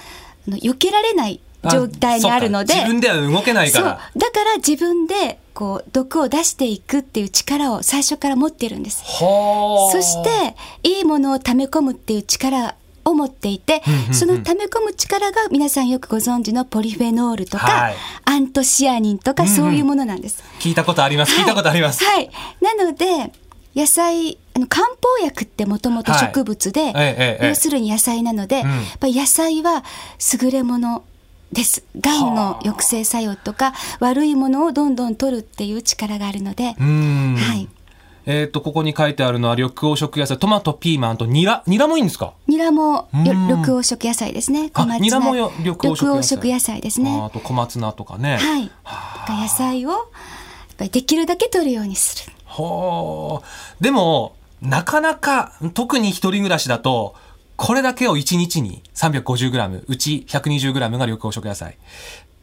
の避けられない
あ
状態にあるので
そうか自分では動けない
そ
か
う
ら
だから自分でこう毒を出していくっていう力を最初から持ってるんです
はあ
そしていいものを溜め込むっていう力を持っていて、
うんうんうん
その溜め込む力が皆さんよくご存知のポリフェノールとか、
はい
アントシアニンとかそういうものなんです。
聞いたことあります、聞いたことあります、
はい、なので野菜あの漢方薬ってもともと植物で、
ええええ
要するに野菜なので、
うん
やっぱり野菜は優れものですがんの抑制作用とか悪いものをどんどん取るっていう力があるので
う、ーん、
はい、
えっ、とここに書いてあるのは緑黄色野菜トマトピーマンとニラニラもいいんですか
ニラも
うん
よ緑黄色野菜ですね小
あ
松菜
ニラもよ緑
緑
黄色野
黄
菜
色野菜です
あーあ
ね
と小松菜とかね
はいだから野菜をやっぱりできるだけ取るようにする
ほうでもなかなか特に一人暮らしだとこれだけを1日に 350g うち 120g が緑黄色野菜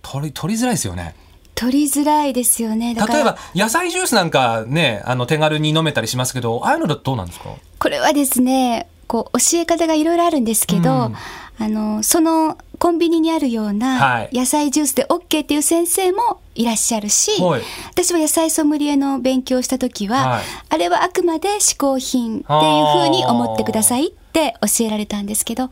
取り取りづらいですよね
取りづらいですよねだから
例えば野菜ジュースなんかねあの手軽に飲めたりしますけどああいうのだとどうなんですか
これはですねこう教え方がいろいろあるんですけど、
うん
あのそのコンビニにあるよう
は
ない野菜ジュースで OK っていう先生もいらっしゃるし、
はい
私は野菜ソムリエの勉強をした時は、
はい
あれはあくまで嗜好品っていうふうに思ってくださいって教えられたんですけど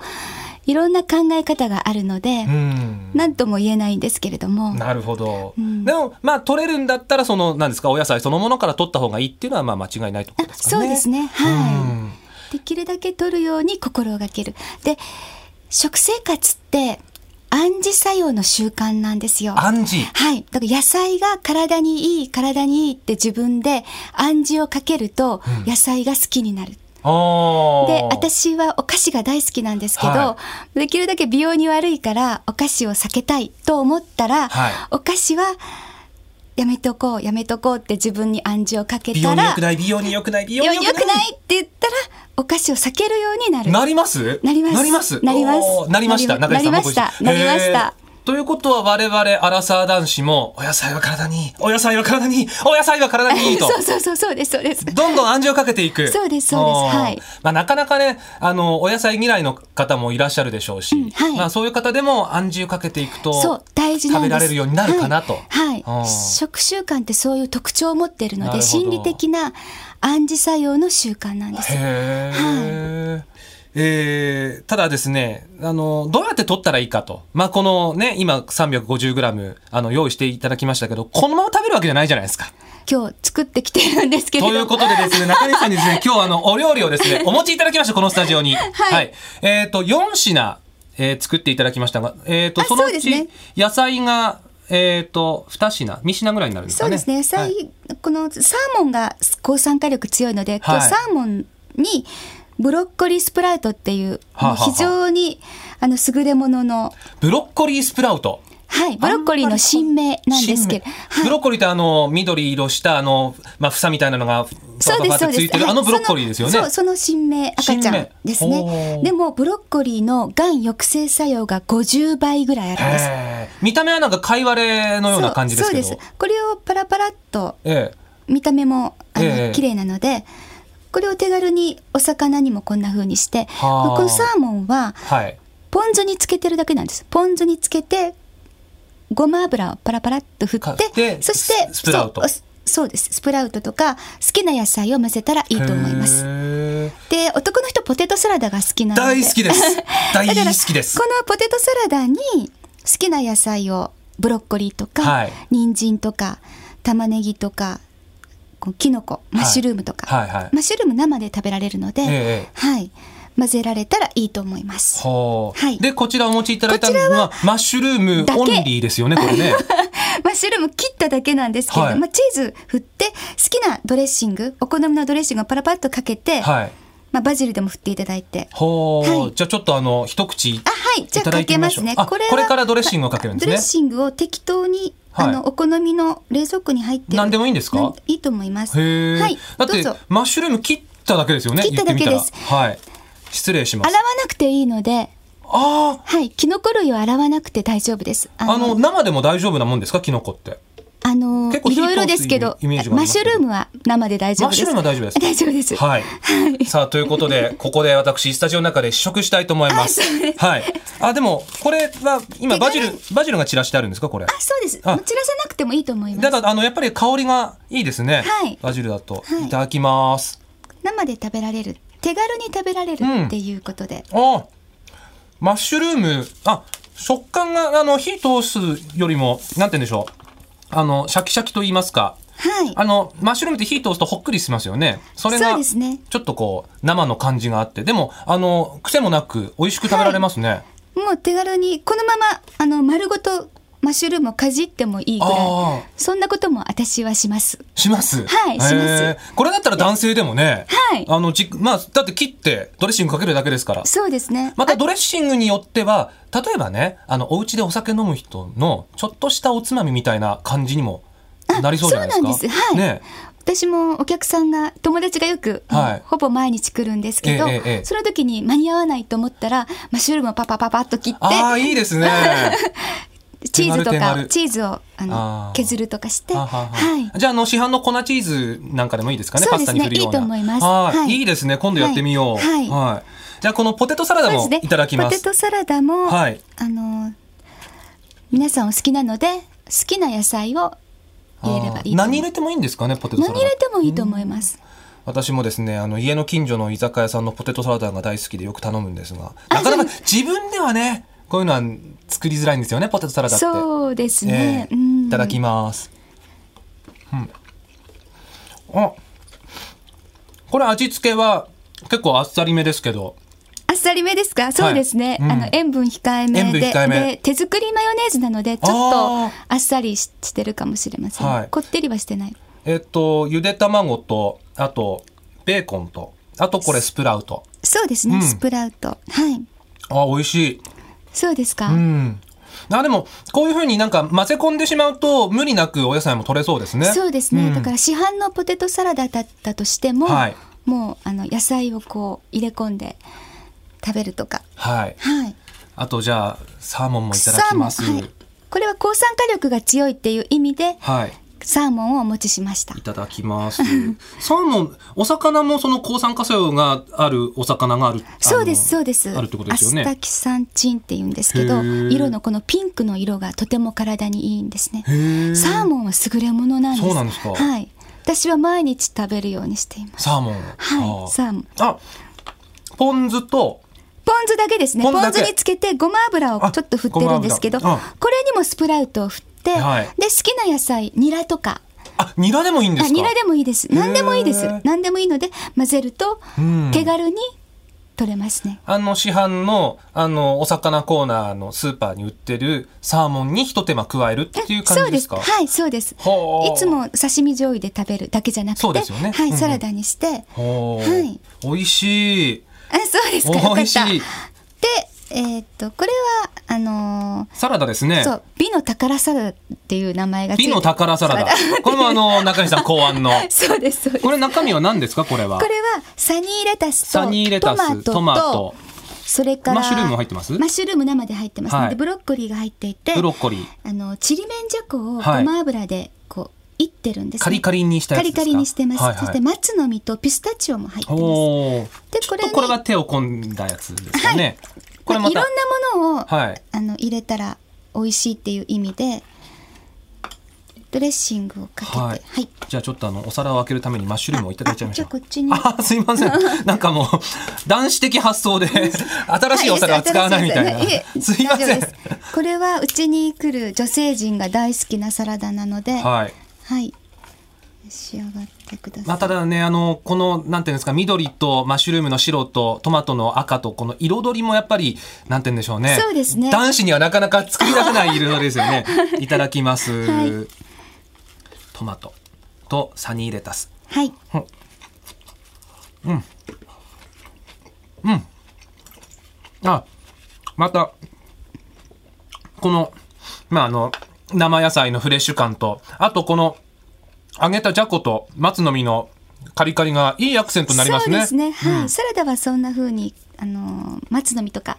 いろんな考え方があるので
う、ん
なんとも言えないんですけれども。
なるほど、
ん
でもまあ取れるんだったらそのなんですかお野菜そのものから取った方がいいっていうのはまあ間違いないとこと
あ
ですかね。
そうです
ね。
ねはい、できるだけ取るように心がけるで食生活って暗示作用の習慣なんですよ
暗示。
はい。だから野菜が体にいい、体にいいって自分で暗示をかけると、野菜が好きになる。
あー
で、私はお菓子が大好きなんですけど、
は
できるだけ美容に悪いからお菓子を避けたいと思ったら、
はい
お菓子はやめとこう、やめとこうって自分に暗示をかけ
美容
た
に良
ら
く、ない美容に良くない美容
よ
に
よ
良
く
く
な
ない
いって言ったらお菓子を避けるようになる
なります
なります
なります
なります
おーなりました
なり
中井さんもご一緒
なりましたなりました
へーということは我々アラサー男子もお野菜は体にいいお野菜は体にいいお野菜は体にいいと
<laughs> そうそうそうそうですそうです
どんどん暗示をかけていく。
そうですそうです
おー
はい
まあなかなかね、あの、お野菜嫌いの方もいらっしゃるでしょうし、
うんはい
まあそういう方でも暗示をかけていくと、
そう大事なん
食べ
です
られるようになるかなと
はい、
う
は
ん
い、食習慣ってそういう特徴を持っているの
なるほ
で
ど
心理的な暗示作用の習慣なんです
へーえーただですね、あの、どうやって取ったらいいかと。まあ、このね、今 350g、あの、用意していただきましたけど、このまま食べるわけじゃないじゃないですか。
今日作ってきてるんですけれど
ということで
<laughs>
ですね、中西さんにですね、今日あの、お料理をですね、お持ちいただきました、このスタジオ
<laughs>
に。はいえっ、と、4品、えー作っていただきましたが、えっ、と、
あ
そのう
そうです
ち
ね、
野菜が、えっ、と、2品、3品ぐらいになるんです
そ
か
う
ね。
ですね野
は
菜、
い
このサーモンが抗酸化力強いので、今
はい
日サーモンにブロッコリースプラウトっていう、
はあはあ
もう非常にあの優れものの、
ブロッコリースプラウト。
はい、ブロッコリーの新名なんですけど、
新
はい
ブロッコリーってあの、緑色した、あの、まあ、房みたいなのが、
そう
パ
で
パ
す
パ
そ
っ
う
てつ
です
いてる、
はい
あのブロッコリーですよね。
そうその新名赤ちゃんです
新名
ね
おー
でもブロッコリーのがん抑制作用が50倍ぐらいあるんです
へー見た目はなんか貝割れのような感じですけど。
そうそうですこれをパラパラっと
ええ
見た目もあの、
ええ
綺麗なのでこれを手軽にお魚にもこんな風にして
はあ
このサーモンは
はい。
ポン酢につけてるだけなんですポン酢につけてごま油をパラパラっと振っ
か
て
で
そして
ススプラウト
そうそうですスプラウトとか好きな野菜を混ぜたらいいと思います
へー
で男の人ポテトサラダが好きなので
大好きです大
<laughs> だから
好きです
このポテトサラダに好きな野菜をブロッコリーとか、
はい
人参とか玉ねぎとかこうキノコマッシュルームとか、
はいはい
マッシュルーム生で食べられるので、
ええ
はい、混ぜられたらいいと思います。
はあ
はい
でこちらお持ちいただいたの
こちら
はマッシュルーム
だけ
オンリーですよねこれね
マッシュルーム切っただけなんですけれど、
はい
まあ、チーズ振って好きなドレッシングお好みのドレッシングをパラパッとかけて、
はい
まあ、バジルでも振っていただいて
ほう、
はい
じゃあちょっとあの一口
あはいじゃ
いただ
あか
いて
け
みま
ま
しょう
すね
あ
これは
これからドレッシングをかけるんですね
ドレッシングを適当に、
はい
あのお好みの冷蔵庫に入ってる
何でもいいんですか
なんいいと思います
へえ、
はい
だっ
どう
て
ぞ
マッシュルーム切っただけですよね
切っただけ
言
です
てみたらはい失礼しま
洗
す
わなくていいので
ああ
はいキノコ類を洗わなくて大丈夫です
あの生でも大丈夫なもんですかキノコって
あの
結構
い
火通す
ろいろですけど
イメージがあ
マ
り
ッ
ます
シ
け
ュ
ど
ルームは生で大丈夫で
マッシ
す
ュルームは大丈夫ですか
大丈夫です
はい。さあ、ということで、ここで私、スタジオの中で試食したいと思います。はい。あ、でも、これは、今、
手軽
バジル、バジルが散らしてあるんですか、これ。
あそうです
あ
もう散らさなくてもいいと思いま
だ
す
から、あの、やっぱり香りがいいですね。
はい
バジルだと。
はい
いただきます。
生で食べられる手軽に食べられる
うん
っていうことで、
あマッシュルーム、あ、食感が、あの、火通すよりも、なんて言うんでしょう。あの、シャキシャキと言いますか。
はい
あの、マッシュルームって火通すとほっくりしますよね。それ
そ
が、
うですね
ちょっとこう、生の感じがあって。でも、あの、癖もなく、美味しく食べられますね。
もう手軽にこのままあの丸ごとマッシュルームをかじってもいいぐら
あ
いそんなことも私はします
します。
はいします
へーこれだったら男性でもね、
はい
あのじまあだって切ってドレッシングかけるだけですから。
そうですね
また
あ
ドレッシングによっては例えばねあのお家でお酒飲む人のちょっとしたおつまみみたいな感じにもなりそうじゃないですか。
そうなんですはい
ね
私もお客さんが友達がよく、
はい
ほぼ毎日来るんですけど、
ええええ
その時に間に合わないと思ったらマッシュルームをパパパパッと切
あ
っ
あいい
<laughs>
ですね。
てチーズと
手軽手
か
軽
チーズをあの
あー
削るとかして
あはは
はい
じゃああの市販の粉チーズなんかでもいいですかね
そ
パ
うで
ス
す
タ
ね
に振るようない
いと思います
はい
はい
いいですね今度やってみよう。
はいはい
じゃあこのポテトサラダ
そうで
も
すね
いただきま
ポ
す。
テトサラダも、
はい
あの皆さんお好きなので好きな野菜を入れればいいと思
あー
います
何入れてもいいんですかねポテトサラ
何
ダ。
入れてもいいと思います。
私もですねあの家の近所の居酒屋さんのポテトサラダが大好きでよく頼むんですがなかなか自分ではねこういうのは作りづらいんですよねポテトサラダって
そうですね。
ええ
うん
いただきます、うん、あこれ味付けは結構あっさりめですけど
あっさりめですか。そうですね。
うん
あの塩分控えめ
塩分
で
控えめ
で手作りマヨネーズなのでちょっ
あー
とあっさりししてるかもしれません。
はい
こってりはしてない。
えっとゆで卵とあとベーコンとあとこれスプラウト
そうです
う
ね。
ん
スプラウト。はい。
あ美味しい
そうですか。
うんあでもこういうふうになんか混ぜ込んでしまうと無理なくお野菜も取れそうですね
そうですね、
ん
だから市販のポテトサラダだったとしても、
はい
もうあの野菜をこう入れ込んで食べるとか。
はい。
はい。
あとじゃあサーモンもいただきます。
サーモンはい。これは抗酸化力が強いっていう意味で
はい。
サーモンをお持ちしました
い。ただきます。サーモン、お魚もその抗酸化作用があるお魚がある。あの
そうですそうです
あるってことですよ
アスタ
ね。
キサンチンって言うんですけ
へ
ど
ー
色のこのピンクの色がとても体にいいんですね
へー
サーモンは優れものなんです
そうなんですか
はい私は毎日食べるようにしています
サーモン。
はいサーモン
ああポン酢と、
ポン酢だけですね
ポ
ポ
ン酢だ
ン
け
酢につけてごま油をちょっと振ってるんですけど
あ
こ
ごま
れ
油あ
にもスプラウトを振ってで
はい
好きな野菜ニラとか
あ、ニラでもいいんです
あ
か
ニラでもいいです何でもいいです
へー
何でもいいので混ぜると
うん
手軽に取れますね
あの市販の、あの、お魚コーナーのスーパーに売ってるサーモンに一手間加えるっていう感じですか
そうですはいそうですい
ほう
つも刺身醤油で食べるだけじゃなくて
そうですよね
は
う
い、
んうん
サラダにして、あ
ほう
はい
美味しい。
そうですかよかった
美味しい
で。えーっとこれはあの
サラダです
ー
ね。
そう美の宝サラダっていう名前がついて
美の宝サラダ。これもあの、中西さん考 <laughs> 案の。
そうですそう
こ
ですこれ
れ中身は何ですかこれは。
はサニーレタスと
サニーレタス
ト
ト
マ
マ
トと
ト
それから
マッシュルームも入ってます
マッシュルーム生で入ってますので、
はい
ブロッコリーが入っていて
ブロッコリー。
あのちりめんじゃこをご
はい
ま油でこういってるんです、ね
カリカリにしたやつ
カ
で
リ
すか
カリにしてます、
はいはい
そして松の実とピスタチオも入ってます
おお。
で
ちょ
こ
っ
れ
と
に
これは手を込んだやつですかね。これ
まあ
ま
いろ
た。
んなものを、
はい。
あの入れたら美味しいっていう意味でドレッシングをかけて
は
はいい、
じゃあちょっとあのお皿を開けるためにマッシュルームをいただいちゃいましょう
あじゃあこっちに
あすいま
<laughs>
せんなんかもう男子的発想で新しいお皿は使わないみたいな、
はえ
<laughs> すいま
大丈
せ
夫
ん
ですこれはうちに来る女性陣が大好きなサラダなのではい、
はい
召し上がってください、
まあ、ただねあのこのなんていうんですか緑とマッシュルームの白とトマトの赤とこの彩りもやっぱりなんて言うんでしょうね
そうですね
男子にはなかなか作り出せない彩りですよ
<laughs>
ねいただきます、
はい
トマトとサニーレタス
はい
あまたこのまああの生野菜のフレッシュ感とあとこの揚げたじゃこと松の実のカリカリがいいアクセントになりますね
そうですね、はいサラダはそんな風にあのー松の実とか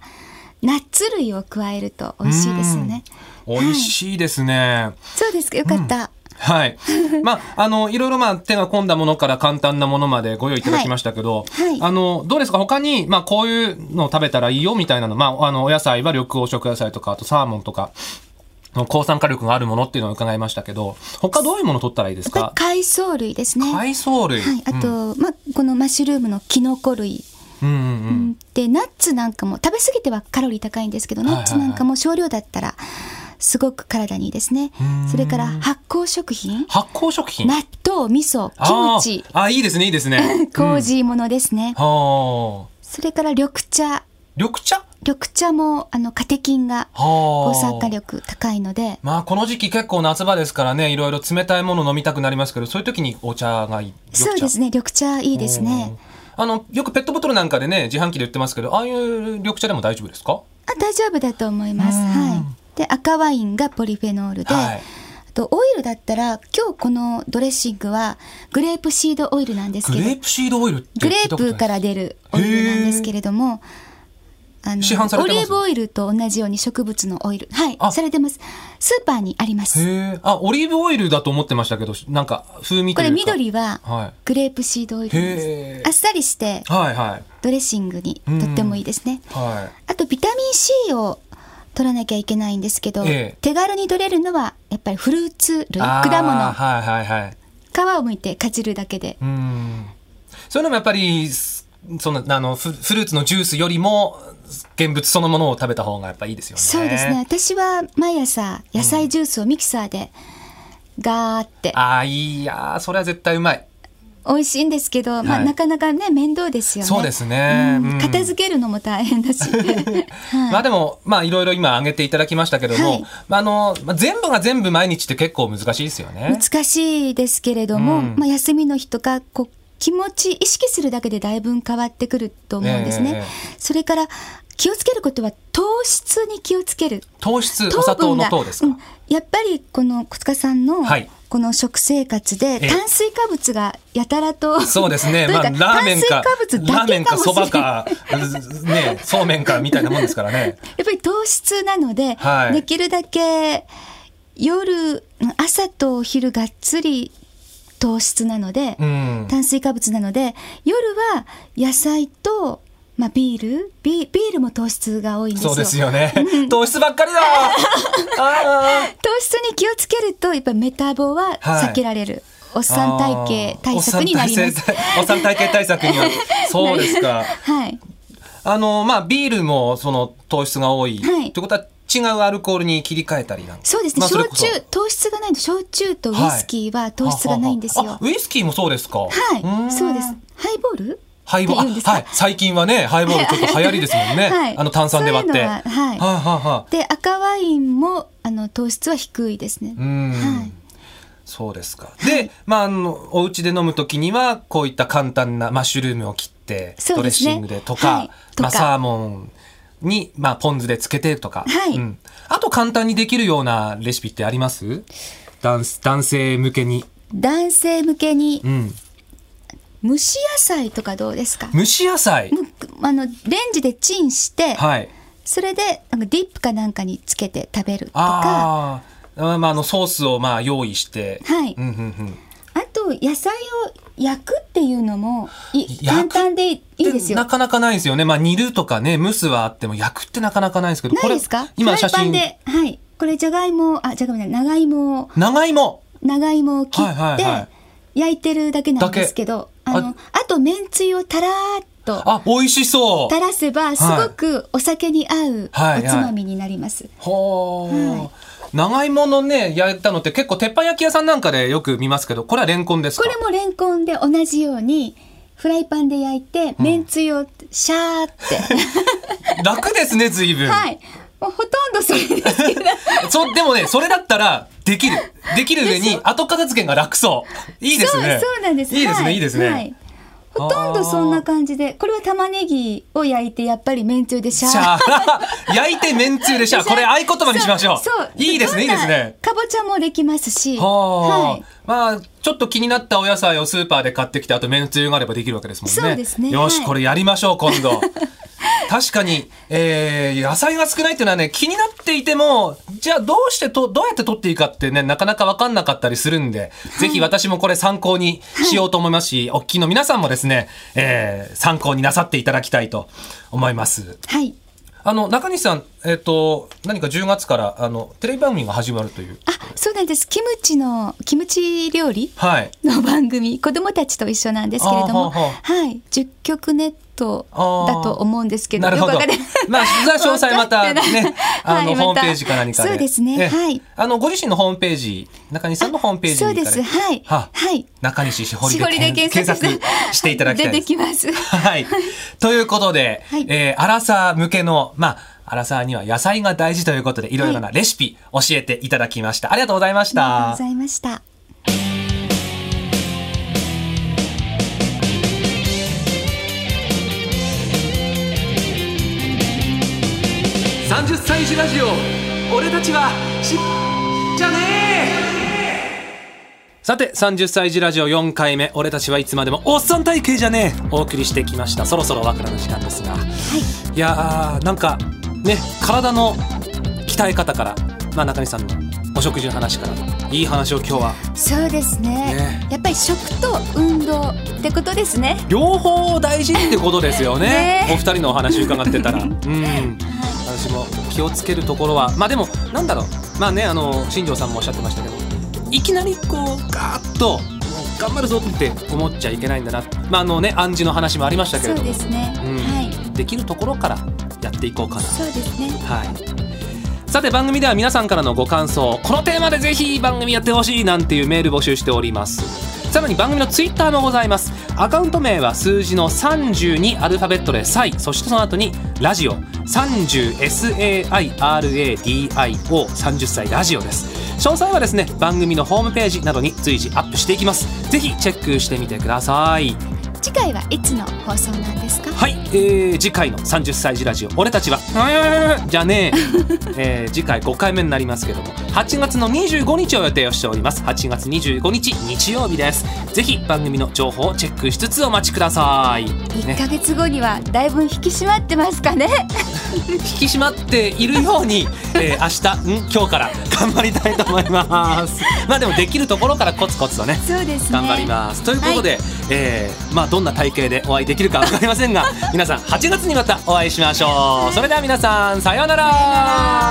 ナッツ類を加えると美味しいですよね
美味しいですね、
そうですかよかった、 <laughs>
はい。まあ、あの、いろいろまあ、手が込んだものから簡単なものまでご用意いただきましたけど、
はいはい
あの、どうですか他に、まあ、こういうのを食べたらいいよみたいなの、まあ、あの、お野菜は緑黄色野菜とか、あとサーモンとか、の抗酸化力があるものっていうのを伺いましたけど、他どういうものを取ったらいいです
やっぱ
か
り海藻類ですね
海藻類。
はい、あと、まあ、このマッシュルームのキノコ類、
うん、うんうんうん。
でナッツなんかも食べ過ぎてはカロリー高いんですけど、
はいはいはい
ナッツなんかも少量だったらすごく体にいいですね
ーん
それから発酵食品
発酵食品。
納豆味噌
あー
キムチ。
あ、いいですね、いいですね
<laughs> 麹ものですね、
はあ。
それから緑茶
緑茶は
緑茶もあのカテキンが
あ。
抗酸化力高いので
まあこの時期結構夏場ですからねいろいろ冷たいもの飲みたくなりますけどそういう時にお茶がいい緑茶
そうですね緑茶いいですね
あのよくペットボトルなんかでね自販機で売ってますけどああいう緑茶でも大丈夫ですか
あ大丈夫だと思います、
うん
はい、で赤ワインがポリフェノールで、
はい
あとオイルだったら今日このドレッシングはグレープシードオイルなんです
グ
けど
レープシードオイルって
グ
聞
レ
い
ー
たことない
プから出るオイルなんですけれども、あの
市販され
オ
て
リ
ます
ーブオイルと同じように植物のオイル、はい
あ、
されてます。スーパーにあります。
へえあオリーブオイルだと思ってましたけどなんか風味と
こ
いう
れ
か
緑は
はい
グレープシードオイル
へー
です。あっさりして
はいはい
ドレッシングにとってもいいですね。
は
あとビタミン C を取らなきゃいけないんですけど、
ええ
手軽に取れるのはやっぱりフルーツ
い
類、
あー
果物、
はいはいはい
皮を剥いてかじるだけで
うんそういうのもやっぱりすそのあのフフルーツのジュースよりも現物そのものを食べた方がやっぱいいですよね
そうですね。私は毎朝野菜ジュースをミキサーでガーって、
あーいいやーそれは絶対うまい
美味しいんですけど、ま
は
あ
い
なかなかね面倒ですよね。
そうですね
うん
うん
片付けるのも大変
<laughs>
だし。
まあ
は
でも、まあいろいろ今挙げていただきましたけれども、
はい
まああの、まあ、全部が全部毎日って結構難しいですよ
い、
ね。
難しいですけれども、
うん
まあ休みの日とかこう気持ち意識するだけでだいぶん変わってくると思うんですね。
ええ
それから気をつけることは糖質に気をつける。
糖質、お砂糖の糖ですか。
うんやっぱりこの小塚さんの、
はい
この食生活で
ええ
炭水化物がやたらと
そうです
<laughs>
ね。
とい
ま
う
あ、
か
ラーメンか、
炭水化物
ラ
だ
ーメ
け
ンか、
かもし
そ
れな
ば
い
か、 <laughs> うね、そうめんか、みたいなもんですからね。
やっぱり糖質なので、
はい
できるだけ夜朝とお昼がっつり糖質なので、
うん。
炭水化物なので夜は野菜と、まあ、ビールビビールも糖質が多いんですよ
そうですよね。糖質ばっかり
<laughs>
だあ
糖質に気をつけるとやっぱりメタボは避けられる、おっ
ー
さん体型対策になります。
おっさん体型対策に
<laughs>
は。そうですか。
はい、
あの、まあ、ビールも、その、糖質が多い。
はい
ってことは、違うアルコールに切り替えたりなんか
そうですね、
まあそれ
焼
こそ
酎糖質がないの焼酎とウイスキーは糖質がないんですよ。
あウイスキーもそうですか。は
はい、そうです。。ハイボール
ハイボ
って言
ー
うんで
ル、
すか
はい、最近はね、ハイボールちょっと流行りですもんね。
<laughs> はい
あの炭酸で割って。
そういうのはは
はい
い
はい
で赤ワインもあの糖質は低いですね。
うーん、
はい
そうですか。で、まあ、あの、お家で飲むときには、こういった簡単なマッシュルームを切って、
そ
ド
う
レッ
です
シ
ね
ングでとか、
はいとか
まあ、サーモンに、まあ、ポン酢でつけてとか、
はい
うん。あと簡単にできるようなレシピってあります男男性向けに。
男性向けに
うん。
蒸し野菜とかどうですか。
蒸し野菜。
もうあのレンジでチンして、
はい。
それでなんかディップかなんかにつけて食べるとか、
あーあー、まあ、あのソースをまあ用意して、
はい
うんうんうん、
あと野菜を焼くっていうのもい
焼く
簡単でいいです
な
よ。
かなかないですよね。まあ煮るとかね、蒸すはあっても焼くってなかなかないですけど、
ないですか？
今写
フライパン
真
で、はい。これじゃがいも、あ、じゃがいもじゃない長芋を
長芋。
長芋を切
はい
っ
はいは
て焼いてるだけなんですけど、
だけ
あのあとめんつゆをたらーっと
あ美味しそう
垂らせばすごくお酒に合う
はい
おつまみになります。
はあ、
はい
長芋のね焼いたのって結構鉄板焼き屋さんなんかでよく見ますけどこれはレンコンですか
これもレンコンで同じようにフライパンで焼いて、めんつゆをシャーって、
楽ですね随分、
はい、もうほとんどそれ
<laughs>
ですけど。
そでもねそれだったらできるできる上に後片付けが楽そういいですね
そうそうなんです。
いいですね、、
はい
いですね、
はいほとんどそんな感じで、これは玉ねぎを焼いてやっぱりめんつゆでシャー
シャ
<laughs>
ー焼いてめんつゆでシャーこれ合言葉にしましょう
そそう
いいですねいい
どん
で
な
すね
かぼちゃもできますし、
はあ、
い。
まあちょっと気になったお野菜をスーパーで買ってきてあとめんつゆがあればできるわけですもんね
そうですね
よし、
はい
これやりましょう今
<laughs>
度確かに、えー、野菜が少ないっていうのはね気になっていてもじゃあどうしてとどうやって取っていいかってねなかなか分かんなかったりするんで、ぜひ私もこれ参考にしようと思いますし、おっきいの皆さんもですね、えー参考になさっていただきたいと思います
はい。
あの中西さん、えっと何か10月からあのテレビ番組が始まるという
あ、そうなんです。キムチの、キムチ料理
はい
の番組、子供たちと一緒なんですけれども、
あーはーは
はい。10曲ネットだと思うんですけど、
なるほど
よくわかんない
まあ、詳細また
<laughs> わかってな
ね
い、
あの、
はいまた
ホームページか何かで。
そうですね
え
はい
あの、ご自身のホームページ、中西さんのホームページに行
そう
かれ
で
て
す。はい。
は
はい。
中西しほり
絞り
で
で
検
検索
索していただきたい
<laughs>
で
出て
す。<laughs>
きます。
はい。ということで、
はい
えー、アラサー向けの、まあ、アラサーには野菜が大事ということで、いろいろなレシピ教えていただきました。ありがとうございまし
ありがとう
た
ご。ざいました。
30歳児ラジオ俺たちはしじゃねえ
さて30歳児ラジオ4回目俺たちはいつまでもおっさん体型じゃねえお送りしてきましたそろそろお別れの時間ですが、い、やーなんかね体の鍛え方から、まあ、中西さんのお食事の話からいい話を今日は
そうですね
ね
やっぱり食と運動ってことですね。
両方大事ってことですよね
ねえ
お二人のお話伺ってたらうん私も気をつけるところはまあでもなんだろうまあねあの新庄さんもおっしゃってましたけどいきなりこうガーッともう頑張るぞって思っちゃいけないんだなまああのね暗示の話もありましたけ
そ
れ
う
ども
ですね。
うん
はい。
できるところからやっていこうかな
そうですね。
はい。さて番組では皆さんからのご感想このテーマでぜひ番組やってほしいなんていうメール募集しておりますさらに番組のツイッターもございますアカウント名は数字の32アルファベットで「サイ」そしてその後に「ラジオ」30SAIRADIO 30歳ラジオです詳細はですね番組のホームページなどに随時アップしていきますぜひチェックしてみてください
次回はいつの放送なんですか。
はい、えー次回の30歳児ラジオ俺たちはうんじゃねえ <laughs> えー次回5回目になりますけども8月の25日を予定をしております8月25日日曜日ですぜひ番組の情報をチェックしつつお待ちください、
一、
ね、
ヶ月後にはだいぶ引き締まってますかね。
引き締まっているよう <laughs> に、えー明日ん今日から頑張りたいと思います <laughs> まあでもできるところからコツコツとね
そうですね。
頑張ります、ということで、えーまあどんな体型でお会いできるかわかりませんが皆さん8月にまたお会いしましょうそれでは皆さんさようなら